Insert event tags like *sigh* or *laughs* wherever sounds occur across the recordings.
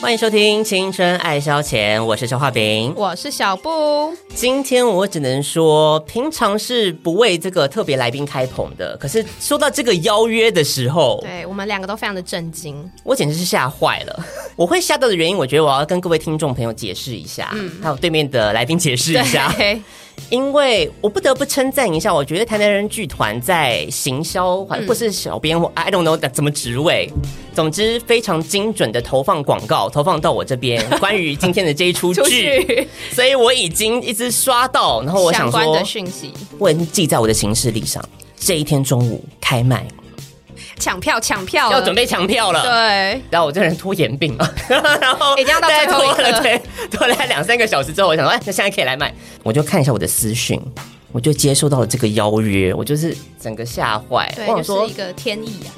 欢迎收听《青春爱消遣》，我是消化饼。我是小布，今天我只能说，平常是不为这个特别来宾开捧的，可是说到这个邀约的时候，对我们两个都非常的震惊。我简直是吓坏了。我会吓到的原因，我觉得我要跟各位听众朋友解释一下，还有对面的来宾解释一下。嗯对，因为我不得不称赞一下，我觉得台南人剧团在行销嗯或或是小编或 I don't know 怎么职位，总之非常精准的投放广告，投放到我这边关于今天的这一 *laughs* 出出剧，去所以我已经一直刷到，然后我想相关说的，讯息，我已经记在我的行事历上，这一天中午开卖抢票抢票了，要准备抢票了。哦对，然后我这人拖延病嘛， *laughs* 然后一定要到最后一拖刻了，对，拖了两三个小时之后，我想说，哎，那现在可以来买，我就看一下我的私讯，我就接收到了这个邀约，我就是整个吓坏，对，我想就说是一个天意啊。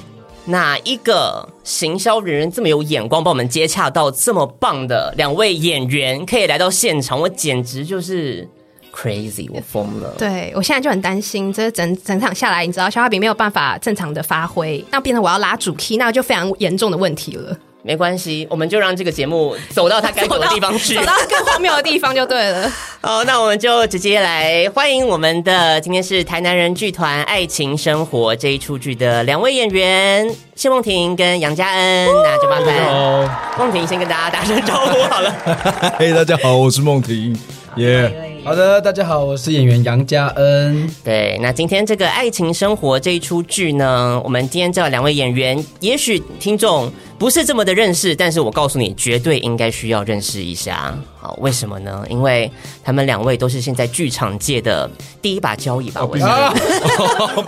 哪一个行销人员这么有眼光，帮我们接洽到这么棒的两位演员，可以来到现场，我简直就是 crazy，我疯了。对我现在就很担心，这整整场下来，你知道，小花饼没有办法正常的发挥，那变成我要拉主 key，那就非常严重的问题了，没关系，我们就让这个节目走到它该走的地方 *laughs* 去，走到更荒谬的地方就对 *laughs* 了。好，那我们就直接来欢迎我们的今天是台南人剧团《爱情生活》这一出剧的两位演员谢梦婷跟杨佳恩。那就麻烦哦，梦婷先跟大家打声招呼好了。 *laughs* 嘿，大家好，我是梦婷，耶、好的，大家好，我是演员杨佳恩。对，那今天这个《爱情生活》这一出剧呢，我们今天这两位演员，也许听众不是这么的认识，但是我告诉你，绝对应该需要认识一下。好，为什么呢？因为他们两位都是现在剧场界的第一把交椅吧，嗯我想。啊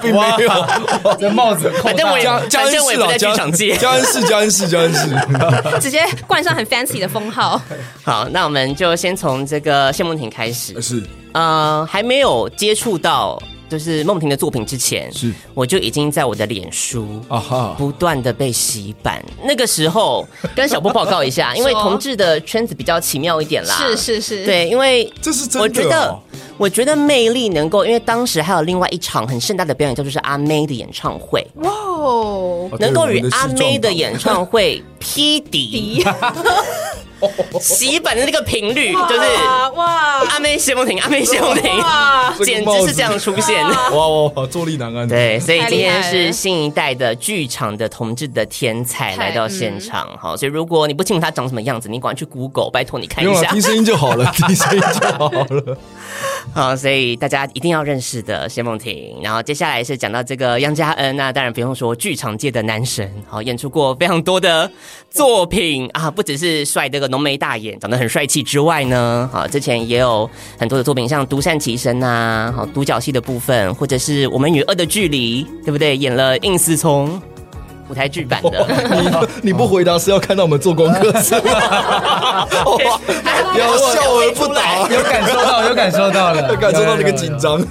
并没有，这帽子扣反正我也，江反江恩正我也是不啊，在剧场界。江恩是江恩是江恩是，直接冠上很 fancy 的封号，好，那我们就先从这个谢梦婷开始。 *laughs* 是呃，还没有接触到就是梦婷的作品之前，是我就已经在我的脸书啊哈，不断的被洗版。那个时候跟小波报告 *laughs* 一下，因为说同志的圈子比较奇妙一点啦。是。是是，，对，因为这是真的、哦，我觉得，我觉得魅力能够，因为当时还有另外一场很盛大的表演，叫做是阿妹的演唱会，哇哦，哦对能够与我们阿视妹状的况演唱会匹 *laughs* 敌，迪洗版的那个频率就是哇阿妹谢梦婷，阿妹谢梦婷，哇，简直是这样出现。哇哇哇，坐立难安，对，所以今天太厉害是了新一代的剧场的同志的天才太来到现场，好，所以如果你不清楚他长什么样子，你赶快去 Google，拜托你不看一用了，下听。声音就好了，听声音就好了。好，所以大家一定要认识的谢梦婷，然后接下来是讲到这个杨佳恩，那当然不用说，剧场界的男神，好，演出过非常多的作品啊，不只是帅这个浓眉大眼，长得很帅气之外呢，好，之前也有很多的作品，像《独善其身》啊，好，独角戏的部分，或者是我们与恶的距离，对不对？演了应思聪。舞台剧版 *laughs* 的，你不回答是要看到我们做功课是吗？ *laughs* 哦不要笑而不答，有感受到，有感受 *laughs* 到了，感受到那个紧张。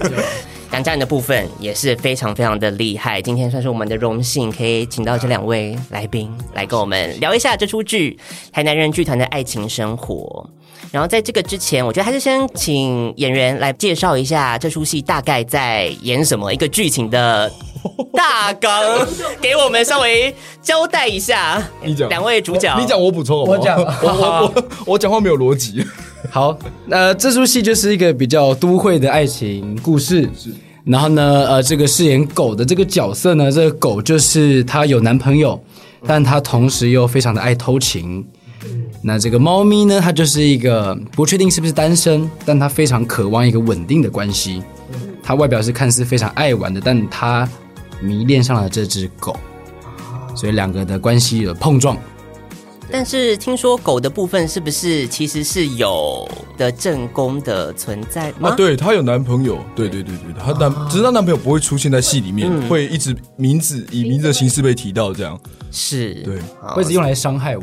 杨佳恩的部分也是非常非常的厉害。今天算是我们的荣幸，可以请到这两位来宾来跟我们聊一下这出剧《台南人剧团的爱情生活》。然后在这个之前，我觉得还是先请演员来介绍一下这出戏大概在演什么，一个剧情的大纲，给我们稍微交代一下。你讲两位主角，你讲我补充好不好，我 *laughs* 讲我我我我讲话没有逻辑，好，那这出戏就是一个比较都会的爱情故事。然后呢，呃，这个饰演狗的这个角色呢，这个狗就是她有男朋友，但她同时又非常的爱偷情。那这个猫咪呢，它就是一个不确定是不是单身，但它非常渴望一个稳定的关系。它外表是看似非常爱玩的，但它迷恋上了这只狗，所以两个的关系有碰撞。但是听说狗的部分是不是其实是有的正宫的存在吗？啊，对，她有男朋友，对对对对，她男，只是她男朋友不会出现在戏里面，会一直名字以名字的形式被提到，这样，是，对，好会一直用来伤害我。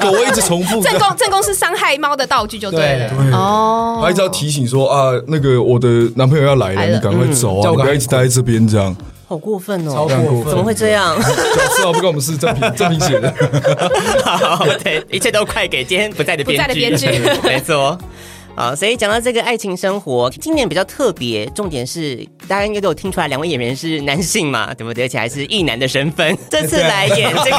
狗会一直重复，正宫正宫是伤害猫的道具就对了。对哦，她一直要提醒说啊，那个我的男朋友要来来了，了你赶快走啊，叫我你不赶要快一直待在这边这 *laughs* 样，好过分超哦！过分，怎么会这样？至少不关我们事，正平正平写的。好， *laughs* 对，一切都快给今天不在的编剧，不在的编剧 *laughs* *laughs* 没错。好，所以讲到这个爱情生活，今年比较特别，重点是大家应该都有听出来，两位演员是男性嘛，对不对？而且还是异男的身 *laughs* 份，这次来演这个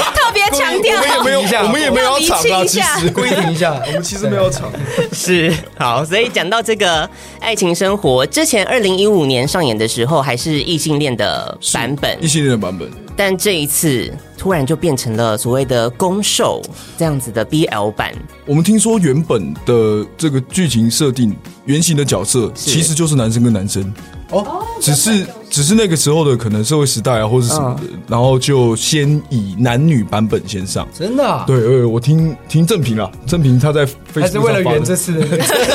特别强调我们也没有提一下，我们也没有要抢要啊，理其清一下实规定一下，我们其实没有抢，是好，所以讲到这个爱情生活，之前二零一五年上演的时候还是异性恋的版本异，性恋的版本。但这一次突然就变成了所谓的攻受这样子的 BL 版，我们听说原本的这个剧情设定，原型的角色是其实就是男生跟男生，哦，只是只是那个时候的可能社会时代啊，或是什么的，然后就先以男女版本先上。真的啊，对，呃，我听听正平啊，正平他在 f a 还 c 是 e 为了圆这次的，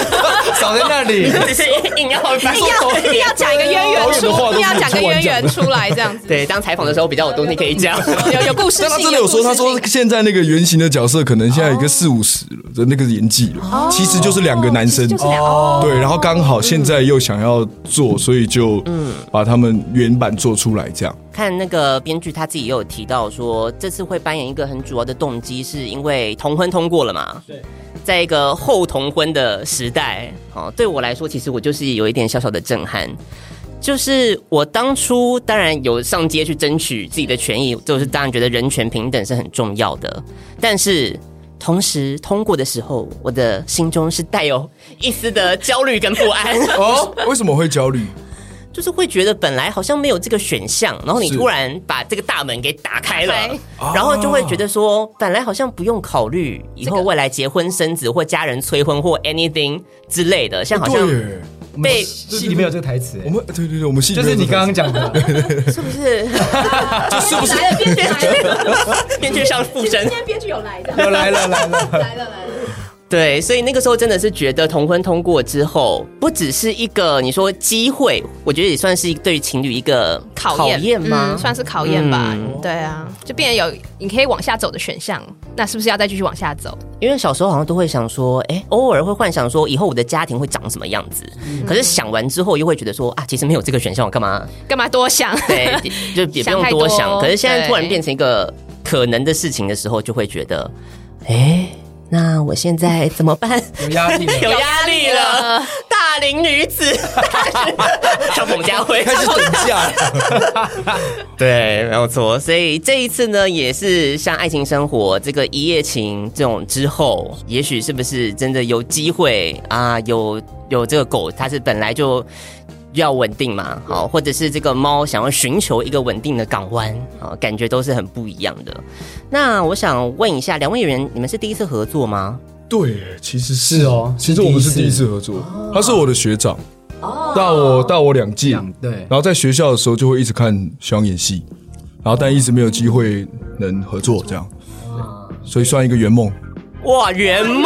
*laughs* 少在那 *laughs* 里。只是 *laughs* 硬要翻硬要硬要讲一个渊源出，导演的话都硬要讲个渊源不出来这样子。对，当采访的时候比较有东西可以讲。 *laughs* 有有故事但他性，真的有故事说，性 *laughs* 他说 *laughs* 现在那个原型的角色可能现在一个四五十了的那个年纪了，其实就是两个男生。哦，对，然后刚好现在又想要做，所以就把他们原版做出来这样。看那个编剧他自己也有提到说，这次会扮演一个很主要的动机，是因为同婚通过了嘛？对，在一个后同婚的时代，哦，对我来说，其实我就是有一点小小的震撼。就是我当初当然有上街去争取自己的权益，就是当然觉得人权平等是很重要的，但是同时通过的时候，我的心中是带有一丝的焦虑跟不安。哦，为什么会焦虑？就是会觉得本来好像没有这个选项，然后你是突然把这个大门给打开了打开，然后就会觉得说，本来好像不用考虑以后未来结婚生子或家人催婚或 anything 之类的，像好像对耶，被戏里面有这个台词，欸我们对对对，我们戏里就面是你有这刚个刚讲的， *laughs* 是不 *laughs* 是是不是来了，编剧来了，编剧上附身今？天编剧有来的，又来了来了，来了来了。对，所以那个时候真的是觉得同婚通过之后，不只是一个你说机会，我觉得也算是对于情侣一个考验吗？嗯，算是考验吧。嗯对啊，就变得有你可以往下走的选项，那是不是要再继续往下走？因为小时候好像都会想说，哎、偶尔会幻想说以后我的家庭会长什么样子。可是想完之后又会觉得说啊，其实没有这个选项，我干嘛？干嘛多想？ *laughs* 对，就也不想用太多多想。可是现在突然对变成一个可能的事情的时候，就会觉得，哎、那我现在怎么办？有压力了。有压力了， *laughs* 大龄女子，像彭佳慧开始等价了，对，没有错。所以这一次呢，也是像《爱情生活》这个一夜情这种之后，也许是不是真的有机会啊？有有这个狗，它是本来就。要稳定嘛，好，或者是这个猫想要寻求一个稳定的港湾，啊，感觉都是很不一样的。那我想问一下，两位演员，你们是第一次合作吗？对，其实是哦其实我们是是第第一一次次合作，哦他是我的学长，大我大我两届，两然对后在学校的时候就会一直看小演戏，然后但一直没有机会能合作这样，哦所以算一个圆梦。哇，圆梦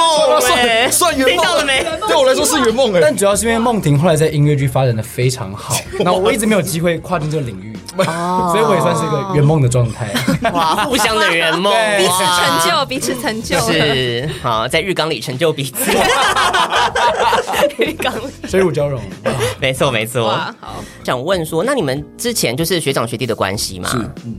哎， *laughs* 算圆听梦啊到了没？对我来说是圆梦哎但，主要是因为梦婷后来在音乐剧发展的非常 *laughs* 好，那我一直没有机会跨进这个领域，哦所以我也算是一个圆梦的 *laughs* 状态。哇，互相的圆梦，对彼此哇成啊就，彼此成就。 *laughs* 是好，在浴缸里成就彼此。浴缸哦里水乳交融，没错，没错。哇，好，想问说，那你们之前就是学长学弟的关系嘛？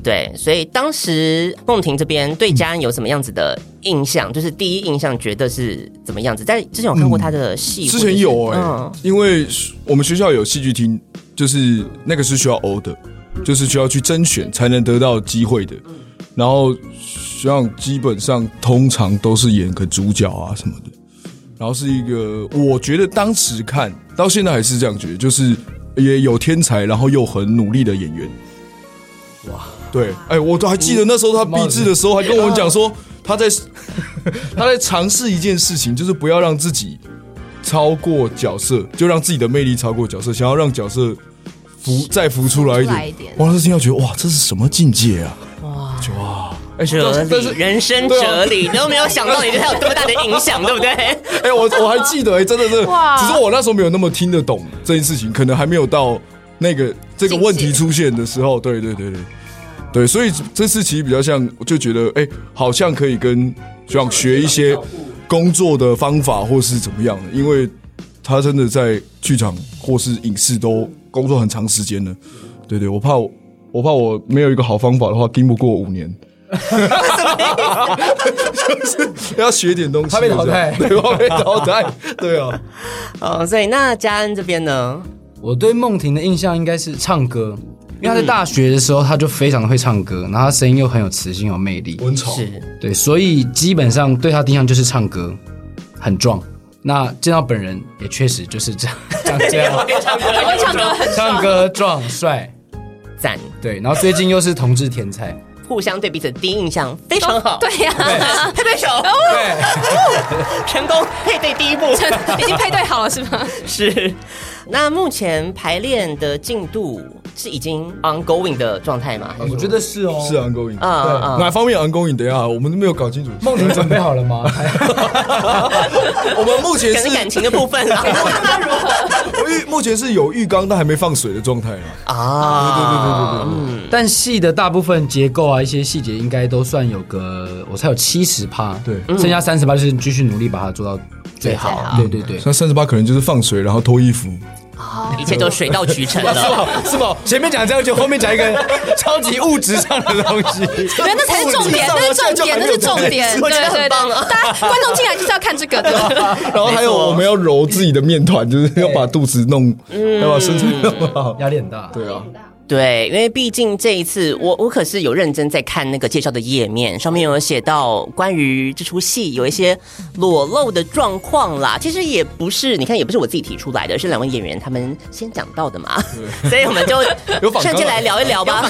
对，所以当时梦婷这边对家人有什么样子的印象？就是第一印象觉得是怎么样子？在之前有看过他的戏，之前有哎、嗯因为我们学校有戏剧厅，就是那个是需要欧的，就是需要去甄选才能得到机会的。然后像基本上通常都是演个主角啊什么的，然后是一个我觉得当时看到现在还是这样觉得，就是也有天才，然后又很努力的演员。哇，对，哎，我都还记得那时候他毕制的时候还跟我们讲说。他在 *laughs* 他在尝试一件事情，就是不要让自己超过角色，就让自己的魅力超过角色，想要让角色浮再浮出来一浮出来点。一点哇，这听到觉得哇，这是什么境界啊？哇，就哇，哎哲但是理，人生对啊哲理，你都没有想到你对他有这么大的影响，对不 *laughs* 对？ *laughs* 哎、我我还记得、哎，真的是，哇只是我那时候没有那么听得懂这件事情，可能还没有到那个这个问题出现的时候，对对对对对，所以这次其实比较像，我就觉得，哎、好像可以跟学长学一些工作的方法或是怎么样的，因为他真的在剧场或是影视都工作很长时间了，对对，我怕我我怕我没有一个好方法的话，盯不过五年。就是要学点东西，怕被淘汰对，怕被淘汰，对啊，哦，所以那嘉恩这边呢？我对梦婷的印象应该是唱歌，因为她在大学的时候她就非常的会唱歌，然后她声音又很有磁性、有魅力，文草是对，所以基本上对她的印象就是唱歌，很壮。那见到本人也确实就是这样，长这样，也会唱歌很唱歌壮帅，赞，对，然后最近又是同志天才，互相对彼此第一印象非常哦好，对呀、配对手对，成功配对第一 *laughs* 步已经配对好了是吗？ *laughs* 是。那目前排练的进度是已经 ongoing 的状态吗？还是 *laughs* 我觉得是哦，是。ongoing，啊啊哪方面 ongoing？等一下，我们都没有搞清楚。梦婷准备好了吗？ *laughs* 我们目前可能感是，情的部分啊我预目前是有浴缸但还没放水的状态啊。 *laughs* 啊，对对对对对，但戏的大部分结构啊，一些细节应该都算有个，我猜有七十趴，对剩下三十趴就是你继续努力把它做到最好。对对对，像三十八可能就是放水，然后脱衣服，啊一切都水到渠成了。是吗？前面讲这个，就后面讲一个超级物质上的东 *laughs* 西。对，那才是重点，那是重点，那是重点，我对觉得对很对，棒啊大家观众进来就是要看这个的。 *laughs* 然后还有我们要揉自己的面团，就是要把肚子弄，要把身材弄好。压力很大，对啊，对，因为毕竟这一次我我可是有认真在看那个介绍的页面，上面有写到关于这出戏有一些裸露的状况啦。其实也不是，你看也不是我自己提出来的，是两位演员他们先讲到的嘛，所以我们 *laughs* 就有访纲趁机来聊一聊吧。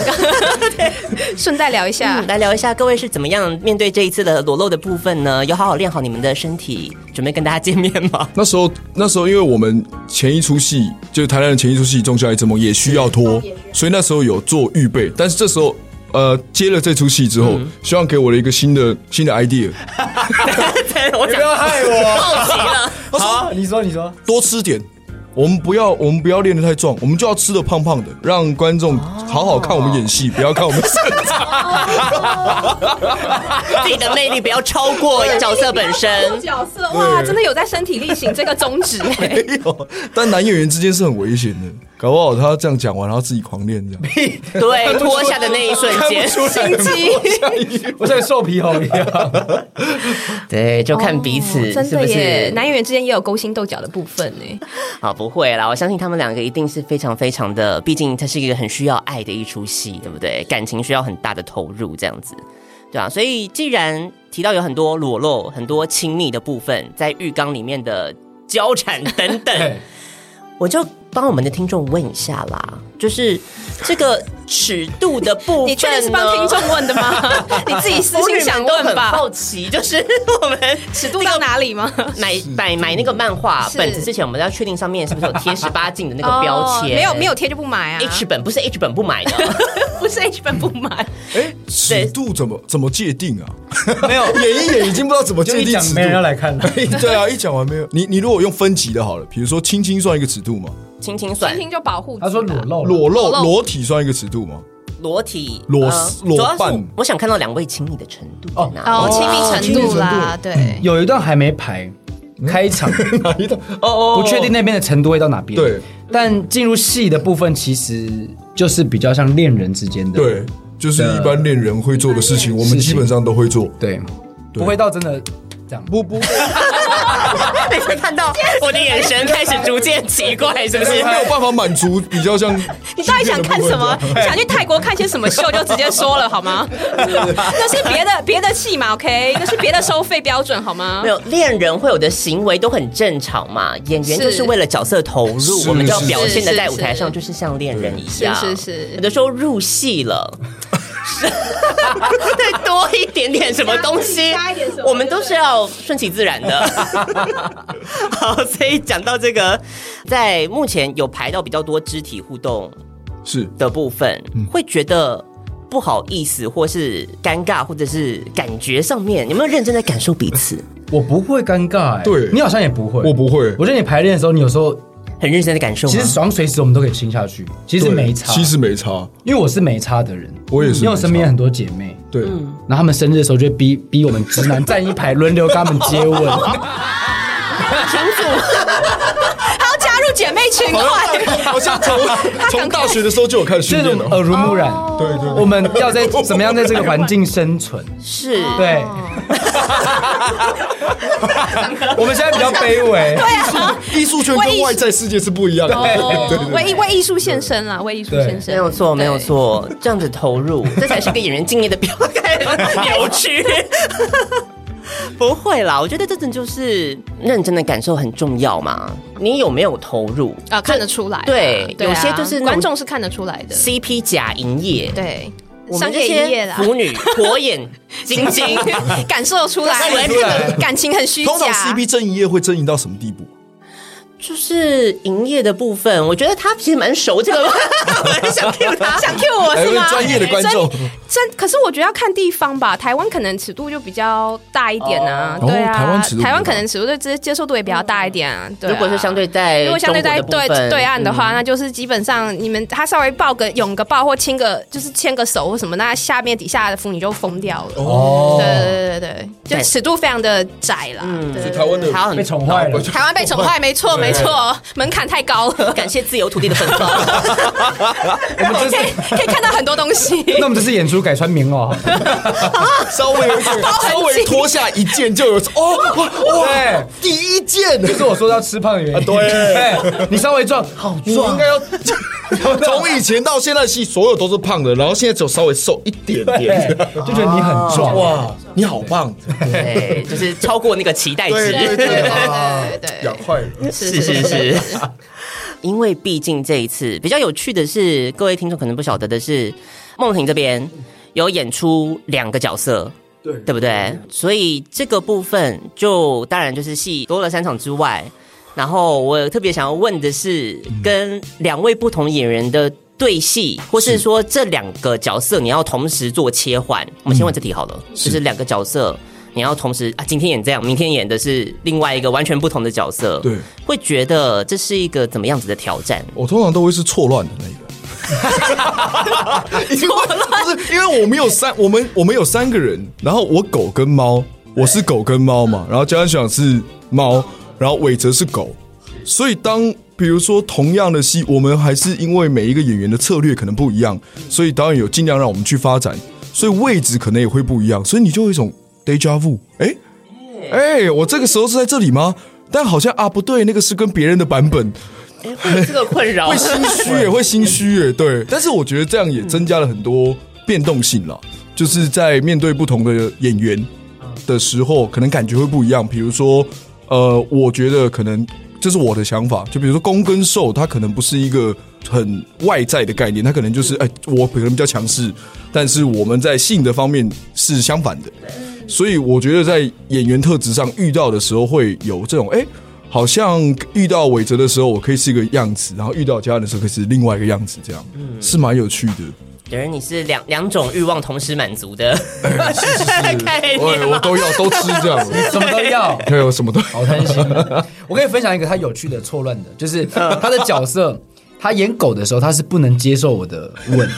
顺带聊一下嗯，来聊一下各位是怎么样面对这一次的裸露的部分呢？有好好练好你们的身体，准备跟大家见面 *laughs* 吗？那时候，那时候因为我们前一出戏就是台南的前一出戏《仲夏夜之梦》也需要拖，所以那时候有做预备。但是这时候，呃，接了这出戏之后，希望给我了一个新的新的 idea，我不想要害我。好奇了。 *laughs* 好，你说，你说，多吃点。我们不要，我们不要练得太壮，我们就要吃的胖胖的，让观众好好看我们演戏，不要看我们 *laughs* 自己的魅力不要超 *laughs* 过 *laughs* 角色本身。角色哇，真的有在身体力行这个宗 *laughs* 旨哎。 *laughs* 没有。哦但男演员之间是很危险的，搞不好他这样讲完，然后自己狂练这样。对，哎 *laughs* 脱下的那一瞬间，我像瘦皮猴一样。 *laughs* 对，就看彼此、哦真是不的耶是，？男演员之间也有勾心斗角的部分 *laughs* 呢。啊，不会啦，我相信他们两个一定是非常非常的，毕竟它是一个很需要爱的一出戏，对不对？感情需要很大的投入，这样子，对啊。所以既然提到有很多裸露、很多亲密的部分，在浴缸里面的交缠等 *laughs* 等对，，我就帮我们的听众问一下啦，就是这个尺度的部分呢， *laughs* 你确定是帮听众问的 *laughs* 吗？你自己私我心女想们都问很吧。好奇， *laughs* 就是我们 *laughs* 尺度到哪里 *laughs* 吗？买买买那个漫画是本子之前，我们要确定上面是不是有贴十八禁的那个标哦签、没有没有贴就不买啊。 *laughs* H 本不是 H 本不买的，不是 H 本不买，哎，尺度怎么怎么界定啊？ *laughs* 没 *laughs* 有，演一演已经不知道怎么就界一定讲尺度没人要来 *laughs* 看了。 *laughs* 对啊，一讲完没有？你你如果用分级的好了，比如说亲亲算一个尺度吗？轻轻算听听就保护自己吧。他说裸露，裸露哦裸露裸体算一个尺度吗？裸体呃裸裸主要是伴我想看到两位亲密的程度在哪里哦，亲哦密程度嗯啦，对。有一段还没排，开场嗯 *laughs* 哪一段？哦哦不确定那边的程度会到哪边。对，但进入戏的部分其实就是比较像恋人之间的。对，就是一般恋人会做的事情，我们事情基本上都会做。对，不会到真的这样。不不，被 *laughs* 你看到我的眼神开始逐渐奇怪，是不没是哦 *laughs* 有？办法满足比较像。 *laughs* 你到底想看什么？ *laughs* 想去泰国看些什么秀，就直接说了好 *laughs* 吗？那是别的别的戏嘛，OK？那是别的收费标准好吗没？有恋人会有的行为都很正常嘛，演员是就是为了角色投入，是我们就要是表现的是在是舞台上就是像恋人一样，是是是有的时候入戏了。 *laughs* 再多一点点什么东西，加一点什么我们都是要顺其自然的。 *laughs* 好，所以讲到这个，在目前有排到比较多肢体互动是的部分，会觉得不好意思，或是尴尬，或者是感觉上面，你们有没有认真的感受彼此， *laughs* 我不会尴尬、欸，对你好像也不会，我不会我觉得你排练的时候，你有时候很认真的感受吗？其实爽随时我们都可以亲下去，其实对没差，其实没差，因为我是没差的人，我也是因为我没差身边很多姐妹，对，嗯然后他们生日的时候就会逼逼我们直男站一排轮流跟他们接吻，还要加入姐妹群好快，像 *laughs* 好像从从大学的时候就有开始 *laughs* 训这种练了，耳濡目染。对对我对，们要在怎么样在这个环境生存？是， *laughs* 对，我们现在比较卑微，啊哦艺术圈跟外在世界是不一哦样的， *laughs* 对对对，为为艺术献身啦，为艺术献身，没有错，没有错，这样子投 *laughs* 入，这才是一个演员敬业的标杆， *laughs* 扭曲。不会啦，我觉得这种就是认真的感受很重要嘛。你有没有投入啊，看得出来啦。对啊有些就是那种观众是看得出来的， CP 假营业？对，我商们这业营业些啦，腐女火 *laughs* 眼金睛，感受出 *laughs* 来，感受出来感情很虚假。通常 CP 争一夜会争赢到什么地步？啊就是营业的部分，我觉得他其实蛮熟这个， *laughs* 我很想 Q 他，啊想 Q 我是吗？哎专业的观众真真，可是我觉得要看地方吧。台湾可能尺度就比较大一点啊，哦对啊，哦台湾尺度比较大台湾可能尺度对接接受度也比较大一点啊。对啊如果是相对在如果相对在中国的部对分嗯对岸的话，那就是基本上你们他稍微抱个拥个抱或亲个，就是牵个手或什么，那下面底下的腐女就疯掉了。哦对对对对对，对嗯就尺度非常的窄啦。对所以台湾的他很被宠坏了。台湾被宠坏，没错没错， *laughs* 门槛太高了。 *laughs* 感谢自由土地的粉包。可以可以看到很多东西。那我们这次演出改穿哦棉袄 *laughs* 好了， *laughs* 稍微有一点稍微脱下一件就有哦哇哇对，第一件这是我说要吃胖的原 *laughs* 因。啊对对，你稍微壮，好你应壮该， *laughs* 要从以前到现在戏，所有都是胖的，然后现在只有稍微瘦一点对点。就觉得你很壮哇，你好棒！ *laughs* 对，就是超过那个期待值。对对对对，对对对养坏了。是是是，因为毕竟这一次比较有趣的是，各位听众可能不晓得的是，梦婷这边有演出两个角色。对，对不对？所以这个部分就当然就是戏多了三场之外，然后我特别想要问的是，跟两位不同演员的对戏，或是说这两个角色你要同时做切换。我们先问这题好了，嗯就是两个角色你要同时啊，今天演这样，明天演的是另外一个完全不同的角色，对，会觉得这是一个怎么样子的挑战？我通常都会是错乱的那一个，因为不是因为我们有三，我们我们有三个人，然后我狗跟猫，我是狗跟猫嘛，然后江安想是猫，然后伟哲是狗，所以当比如说同样的戏，我们还是因为每一个演员的策略可能不一样，所以导演有尽量让我们去发展，所以位置可能也会不一样，所以你就有一种 deja vu，哎、哎、我这个时候是在这里吗？但好像啊，不对，那个是跟别人的版本，哎，会有这个困扰会心虚也会心虚耶，对。但是我觉得这样也增加了很多变动性啦，就是在面对不同的演员的时候，可能感觉会不一样。比如说，呃，我觉得可能这是我的想法，就比如说攻跟受，它可能不是一个很外在的概念，它可能就是哎、我可能比较强势，但是我们在性的方面是相反的。所以我觉得在演员特质上遇到的时候，会有这种哎、诶好像遇到伟哲的时候，我可以是一个样子，然后遇到家人的时候，可以是另外一个样子，这样、是蛮有趣的。等于你是两两种欲望同时满足 *laughs* 的 *laughs* 概念我我都要都吃这样，什么都 *laughs* 要。对，我什么都好贪心。我可以分享一个他有趣的错乱的，就是嗯他的角色，他演狗的时候，他是不能接受我的吻，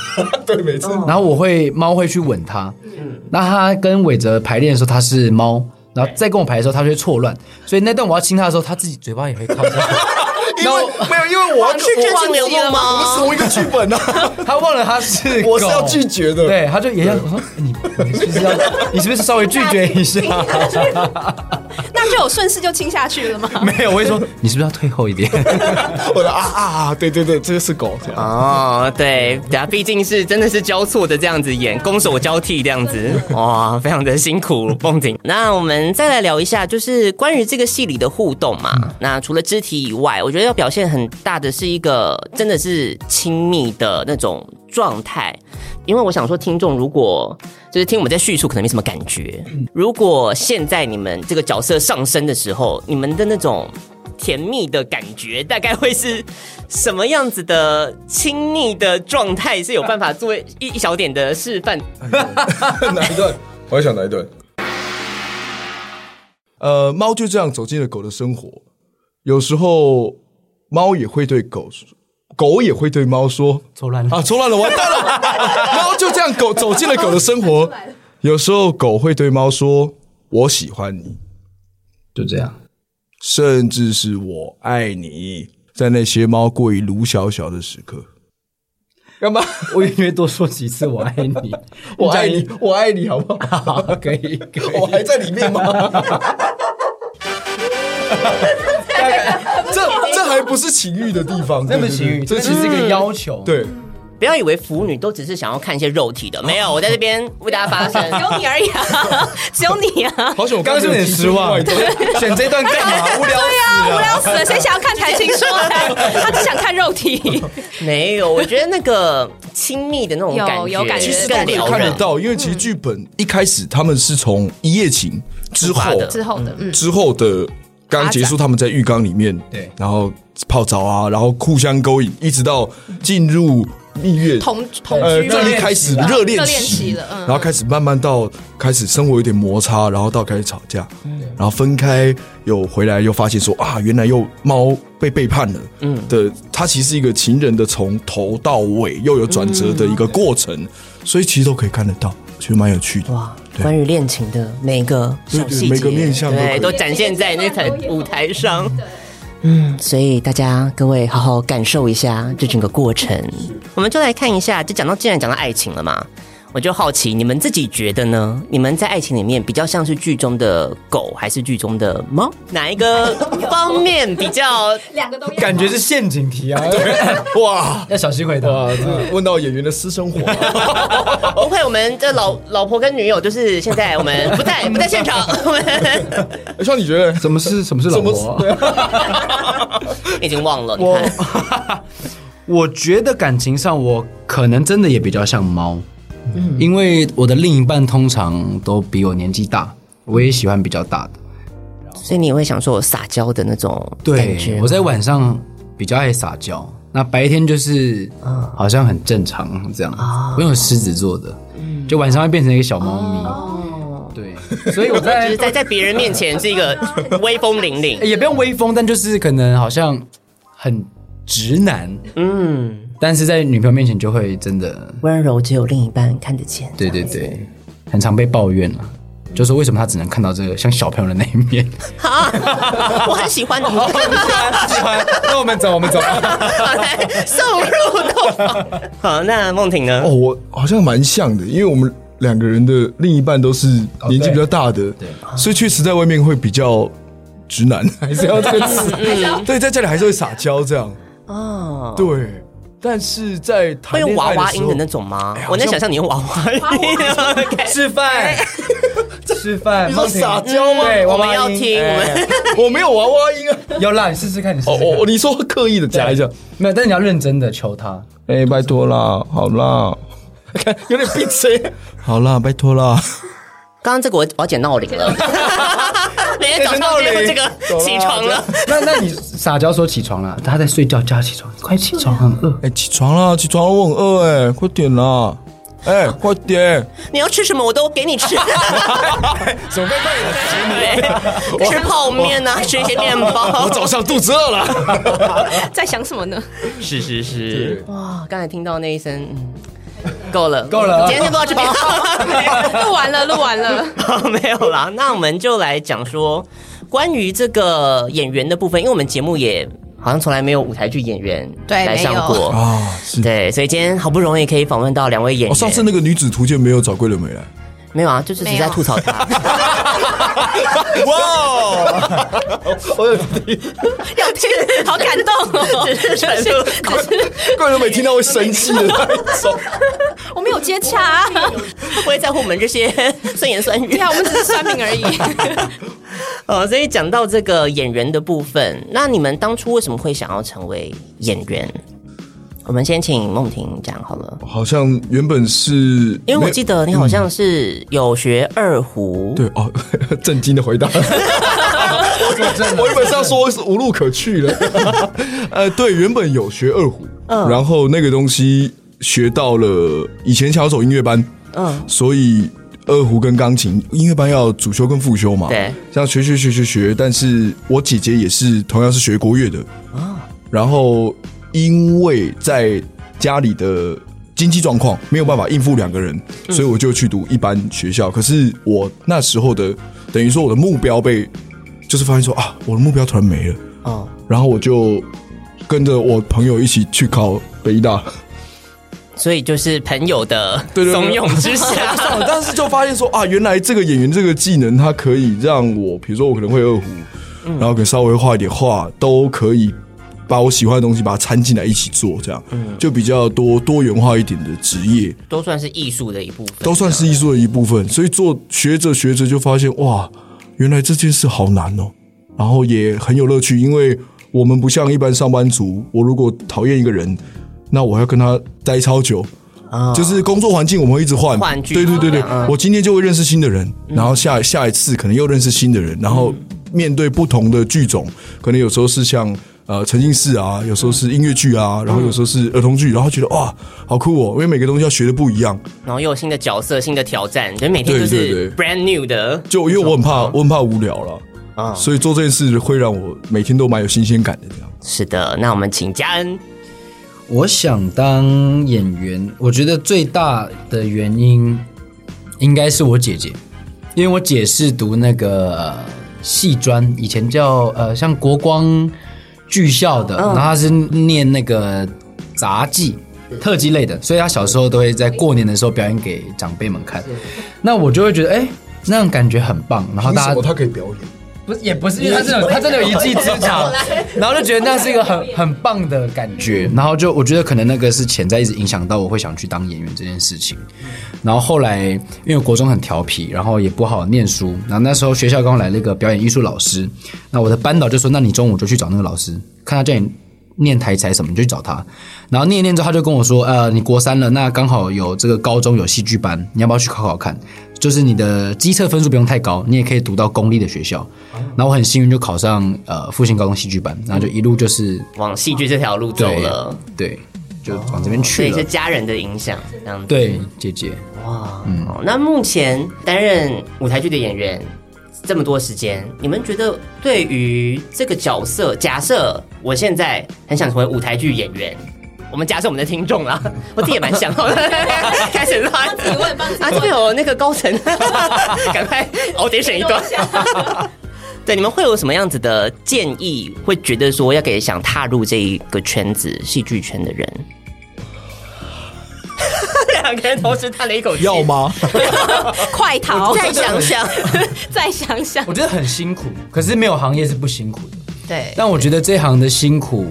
对，每次然后我会猫会去吻他。嗯那他跟伟哲排练的时候，他是猫，然后再跟我排的时候，他就会错乱。所以那段我要亲他的时候，他自己嘴巴也会靠上。然后没 *laughs* 有，因为 *laughs* 我要是真情流露吗？同一个剧本啊， *laughs* 他忘了他是我是要狗拒绝的。对，他就也要我说 *laughs* 哎你你是不是要你是不是稍微拒绝 *laughs* 一下？那就有顺势就亲下去了吗？没有，我会说你是不是要退后一点？ *laughs* 我的啊啊啊，对对对，这个是狗，这样哦，对，对啊，毕竟是真的是交错的这样子演，攻守交替这样子，哇，非常的辛苦，梦婷。那我们再来聊一下，就是关于这个戏里的互动嘛。那除了肢体以外，我觉得要表现很大的是一个真的是亲密的那种状态，因为我想说，听众如果就是听我们在叙述，可能没什么感觉。如果现在你们这个角色上升的时候，你们的那种甜蜜的感觉，大概会是什么样子的亲密的状态？是有办法做一一小点的示范？哎 *laughs* 哪一段？我在想哪一段？呃，猫就这样走进了狗的生活。有时候，猫也会对狗说，狗也会对猫说错乱了啊，错乱了，完蛋了。 *laughs* 猫就这样狗走进了狗的生活。有时候，狗会对猫说“我喜欢你就这样。”，甚至是“我爱你”。在那些猫过于卢小小的时刻，干嘛？我愿意多说几次我爱你， *laughs* 我爱你，我爱你，好不好？ *laughs* 好，可以可以。 *laughs* 我还在里 *laughs* 面吗？这 *laughs* 这还不是情欲的地方，这对不对情欲，对这这其实是一个要求。，对不要以为腐女都只是想要看一些肉体的，没有，我在这边为大家发声。 *laughs* 只有你而已啊，只有你 *laughs* 啊。 *laughs* 好像我刚刚是有点失望， *laughs* 选这段干嘛？无聊无死了。聊死了，谁想要看谈情说爱？他只想看肉体。没有，我觉得那个亲密的那种有感觉，有感觉其实都更可以撩看得人。到，因为其实剧本一开始他们是从一夜情之出发后的之后的，嗯，之后的刚结束，他们在浴缸里面对然后泡澡啊，然后互相勾引，一直到进入蜜月同哦同呃，居热最一恋开期始吧热恋热恋期期了嗯然后开始慢慢到开始生活有点摩擦，然后到开始吵架，然后分开又回来又发现说啊，原来又猫被背叛了，嗯的，它其实是一个情人的从头到尾又有转折的一个过程，所以其实都可以看得到，其实蛮有趣的。哇，关于恋情的每个小细节，对对每个面向都可对，以都展现在那台舞台上。嗯，所以大家各位好好感受一下这整个过程。我们就来看一下，就讲到既然讲到爱情了嘛，我就好奇你们自己觉得呢？你们在爱情里面比较像是剧中的狗，还是剧中的猫？哪一个方面比较感觉是陷阱题 *laughs* 啊！哇要小心回答。哇，这问到演员的私生活，啊不会，我们的老老婆跟女友就是现在我们不在不在现场，我们 *laughs* 哎像你觉得什么是嗯什么是老怎么婆？对啊已经忘了。你我 *laughs* 看，我觉得感情上，我可能真的也比较像猫，因为我的另一半通常都比我年纪大，我也喜欢比较大的。所以你也会想说我撒娇的那种感觉对，。我在晚上比较爱撒娇，那白天就是好像很正常这样。我有狮子座的，就晚上会变成一个小猫咪。对，所以我就在是在在别人面前是一个威风凛凛，也不用威风，但就是可能好像很直男，嗯，但是在女朋友面前就会真的，温柔只有另一半看得 *laughs* 见。对对对，很常被抱怨啊。就说为什么他只能看到这个像小朋友的那一面？啊，我很 *laughs* 喜 *laughs* 欢你， *laughs* 那我们走，我们走。送入洞 *laughs* 房。好，那梦婷呢哦，？我好像蛮像的，因为我们两个人的另一半都是年纪比较大的，哦对，所以确实在外面会比较直男， *laughs* 还是要这个词，对，在家里还是会撒娇这样，哦，对，但是在谈会用恋娃爱娃时音候的那，种吗哎？好像我能想象你用娃娃 *laughs* 音。OK 吃饭，哎吃饭，你说梦婷撒娇吗对，我们娃娃要音听我们我没有娃娃音啊，哎 *laughs* *laughs* 有啦，你试试看，你试哦试看。哦，你说刻意的夹一下，没有，但你要认真的求他。哎，拜托啦，好啦，看 *laughs* 有点逼谁，好啦，拜托啦，刚刚这个我我要剪闹铃 *laughs* 了，每天早上都会这个起床了。那那你撒娇说起床了，他在睡觉，叫他起床，快起床，很饿。 *laughs* 哎，起床啦，起床了，我很饿哎，快点啦，哎，快点。你要吃什么我都给你吃，怎么被扮演 *laughs* 对吃泡面啊，吃一些面包。我早上肚子饿了。在想什么 *laughs* 呢？是是是，哇！刚才听到那一声，嗯够了够了今天就到这边。 *laughs* 录完了，录完了。 *laughs* 没有啦，那我们就来讲说关于这个演员的部分，因为我们节目也好像从来没有舞台剧演员对来上过。 *laughs* 啊，是。对，所以今天好不容易可以访问到两位演员。哦，上次那个女子图鉴没有找桂纶镁 *laughs* 来，没有啊，就是只是在吐槽他。哇，要听，好感动哦！只是传说桂纶镁听到会生气的那 *laughs* 一种。我们有接洽、啊，不会 *laughs* 在乎我们这些 *laughs* 酸言酸语。对啊，我们只是算命而已。 *laughs* 哦，所以讲到这个演员的部分，那你们当初为什么会想要成为演员？我们先请梦婷讲好了，好像原本是，因为我记得你好像是有学二胡，*laughs* *laughs* 对哦，震惊的回答。我原本是要说是无路可去了。 *laughs* 呃，对，原本有学二胡，嗯然后那个东西学到了，以前想要走音乐班，嗯所以二胡跟钢琴音乐班要主修跟副修嘛，对，这样学学学学学。但是我姐姐也是同样是学国乐的啊然后因为在家里的经济状况没有办法应付两个人，嗯所以我就去读一般学校。可是我那时候的等于说我的目标被就是发现说啊，我的目标突然没了，哦，然后我就跟着我朋友一起去考北大。所以就是朋友的对对对怂恿之下， *laughs* 我当时就发现说啊，原来这个演员这个技能，它可以让我，比如说我可能会二胡，然后可能稍微画一点画，都可以把我喜欢的东西把它掺进来一起做，这样就比较多多元化一点的职业，都算是艺术的一部分，都算是艺术的一部分。所以做学着学着就发现哇，原来这件事好难哦，然后也很有乐趣，因为我们不像一般上班族，我如果讨厌一个人，那我要跟他待超久。啊就是工作环境我们会一直换，换剧对对对对嗯，我今天就会认识新的人，然后下下一次可能又认识新的人，然后面对不同的剧种，可能有时候是像呃沉浸式啊，有时候是音乐剧啊，然后有时候是儿童剧，然后觉得哇好酷哦，因为每个东西要学的不一样，然后又有新的角色、新的挑战，就每天就对是对对 brand new 的就因为我很怕我很怕无聊了，啊。所以做这件事会让我每天都蛮有新鲜感的这样。是的，那我们请嘉恩，我想当演员，我觉得最大的原因应该是我姐姐，因为我姐是读那个呃戏专，以前叫呃像国光剧校的，然后她是念那个杂技。特技类的，所以她小时候都会在过年的时候表演给长辈们看。那我就会觉得，哎、那样感觉很棒。然啊后大家可以表演？不是，也不是，因为他真的他真的有一技之长，然后就觉得那是一个很很棒的感觉，然后就我觉得可能那个是潜在一直影响到我会想去当演员这件事情。然后后来因为我国中很调皮，然后也不好念书，然后那时候学校刚好来了一个表演艺术老师，那我的班导就说，那你中午就去找那个老师，看他叫你。念台词还是什么，你就去找他。然后念一念之后，他就跟我说：“呃，你国三了，那刚好有这个高中有戏剧班，你要不要去考考看？就是你的基测分数不用太高，你也可以读到公立的学校。”然后我很幸运就考上呃复兴高中戏剧班，然后就一路就是往戏剧这条路走对了，对，就往这边所去以是了。家人的影响，这样子。对，姐姐，哇，好哦那目前担任舞台剧的演员这么多时间，你们觉得对于这个角色，假设我现在很想成为舞台剧演员，我们假设我们的听众 *laughs* 啦，我自己也蛮想好 *laughs* 的，开始乱自己问帮自己问啊，这边有那个高层， *laughs* 赶快 audition 一段。 *laughs* 对，你们会有什么样子的建议？会觉得说要给想踏入这一个圈子戏剧圈的人？两个人同时叹了一口气，要吗？快逃！再想想， *laughs* 再想想我，觉得很辛苦，可是没有行业是不辛苦的。对，但我觉得这行的辛苦，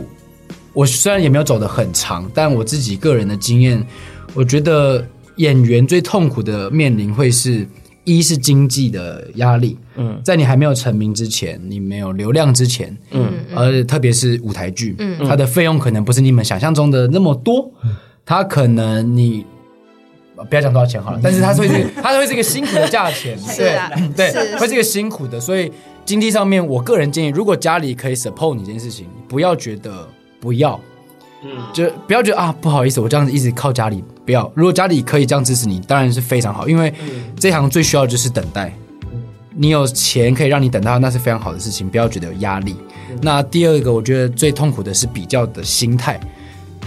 我虽然也没有走得很长，但我自己个人的经验，我觉得演员最痛苦的面临会是。一是经济的压力，嗯，在你还没有成名之前，你没有流量之前，嗯，而特别是舞台剧，嗯，它的费用可能不是你们想象中的那么多，它可能你呃不要讲多少钱好了，但是它会是它会是一个辛苦的价钱，是啊对是，会是一个辛苦的，所以经济上面，我个人建议，如果家里可以 support 你这件事情，你不要觉得不要，嗯，就不要觉得啊不好意思，我这样子一直靠家里，不要。如果家里可以这样支持你，当然是非常好，因为这行最需要的就是等待。你有钱可以让你等到，那是非常好的事情，不要觉得有压力。那第二个，我觉得最痛苦的是比较的心态，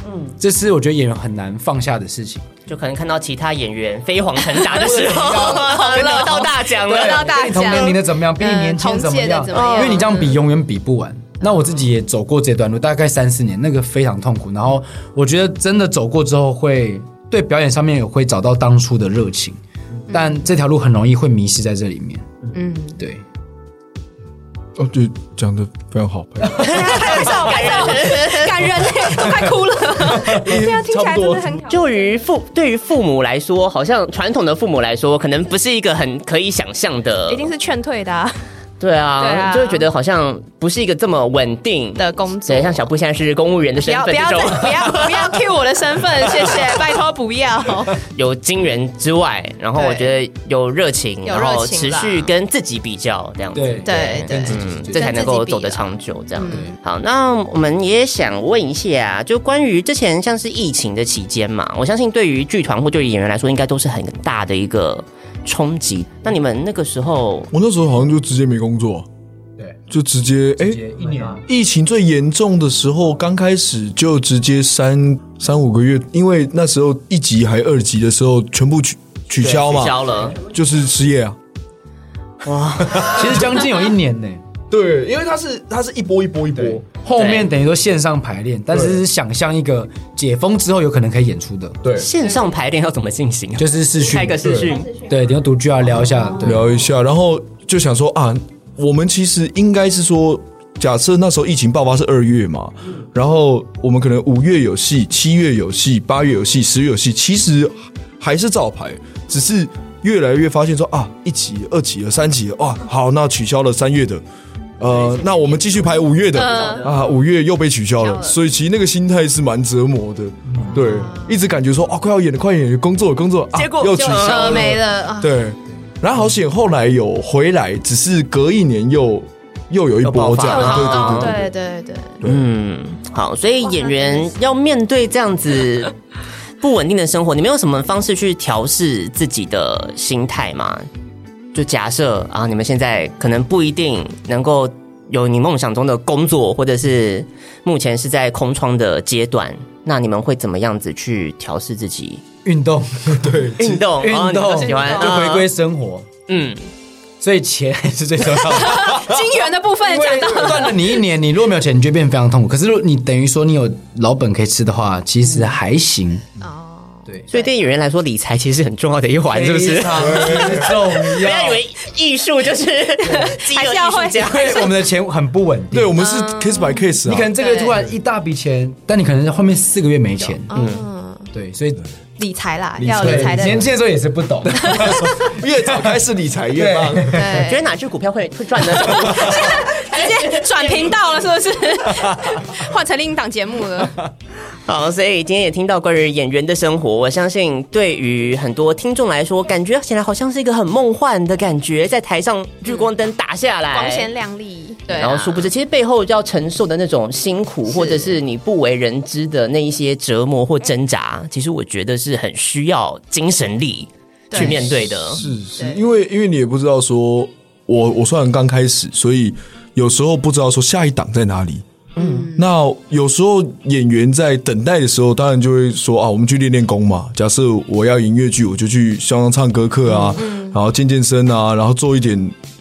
嗯，这是我觉得演员很难放下的事情。就可能看到其他演员飞黄腾达的时候， *laughs* 得到大奖对，了。大比你同奖年龄的怎么样？比你嗯年轻同怎么届的样？怎么样嗯因为你这样比永远比不完。那我自己也走过这段路，大概三四年，那个非常痛苦。然后我觉得真的走过之后会，对表演上面也会找到当初的热情，但这条路很容易会迷失在这里面。嗯，对， *laughs* 哦，对，讲的非常好， *laughs* *laughs* 感受感受感人，都快哭了。这样听起来真的很就于父对于父母来说，好像传统的父母来说，可能不是一个很可以想象的一定是劝退的啊，对啊，对啊就会觉得好像不是一个这么稳定的工作对，像小布现在是公务员的不身要份不要这种再，不要不要 Q 我的身份，谢谢，拜托不要。 *laughs* 有金源之外，然后对我觉得有热情，有然后热情持啦续跟自己比较这样子。对对对跟自己嗯，对这才能够走得长久。这样，好，那我们也想问一下，啊就关于之前像是疫情的期间嘛，我相信对于剧团或对于演员来说，应该都是很大的一个冲击。那你们那个时候，我那时候好像就直接没工作，对，就直接哎、一年疫情最严重的时候，刚开始就直接三三五个月，因为那时候一级还二级的时候全部取取消嘛，取消了，就是失业啊。其实将近有一年呢、对，因为它是它是一波一波一波，对，后面等于说线上排练，但是是想象一个解封之后有可能可以演出的，对，线上排练要怎么进行啊？就是视讯开，个视讯，对，你要独居啊，聊一下，对，聊一下，然后就想说啊，我们其实应该是说，假设那时候疫情爆发是二月嘛，然后我们可能五月有戏，七月有戏，八月有戏，十月有戏，其实还是照排，只是越来越发现说啊，一集、二集了、三集了，哇，好，那取消了三月的。呃，那我们继续排五月的、啊，五月又被取消了，所以其实那个心态是蛮折磨的，对，一直感觉说啊，快要演了，快演了，工作了，工作了，啊、结果又就取消了，没了啊！对，然后好险后来有回来，只是隔一年又又有一波这样又爆，发对对对啊对对对，嗯，好，所以演员要面对这样子不稳定的生活，你们有什么方式去调试自己的心态吗？就假设啊，你们现在可能不一定能够有你梦想中的工作，或者是目前是在空窗的阶段，那你们会怎么样子去调试自己？运动， *laughs* 对，运动，运哦你们都动喜欢，就回啊归生活，嗯，所以钱还是最重要的。 *laughs* 金源的部分讲到断了你一年，你如果没有钱，你就变得非常痛苦。可是如果你等于说你有老本可以吃的话，其实还行，哦，对，嗯所以对演员来说，理财其实是很重要的一环，是不是非？ *laughs* 常重不要要以。为艺术就是 *laughs* 饥还饿是要会艺术家。因为我们的钱很不稳定，对，我们是 case by case 你可能啊，这个突然一大笔钱，但你可能后面四个月没钱，嗯，对，所以理财啦，要有理财的，年轻的时候也是不 *laughs* 懂，越早开始理财越棒。你觉对，得哪只股票会会赚呢？ *laughs* 直接转频道了，是不是？换成另一档节目了。好，所以今天也听到关于演员的生活，我相信对于很多听众来说，感觉起来好像是一个很梦幻的感觉，在台上聚光灯打下来，光鲜亮丽，对啊、然后殊不知，其实背后要承受的那种辛苦，或者是你不为人知的那一些折磨或挣扎，其实我觉得是很需要精神力对去面对的。是是，因为因为你也不知道说，我我虽然刚开始，所以有时候不知道说下一档在哪里。嗯，那有时候演员在等待的时候，当然就会说啊，我们去练练功嘛。假设我要演越剧，我就去上上唱歌课啊，然后健健身啊，然后做一点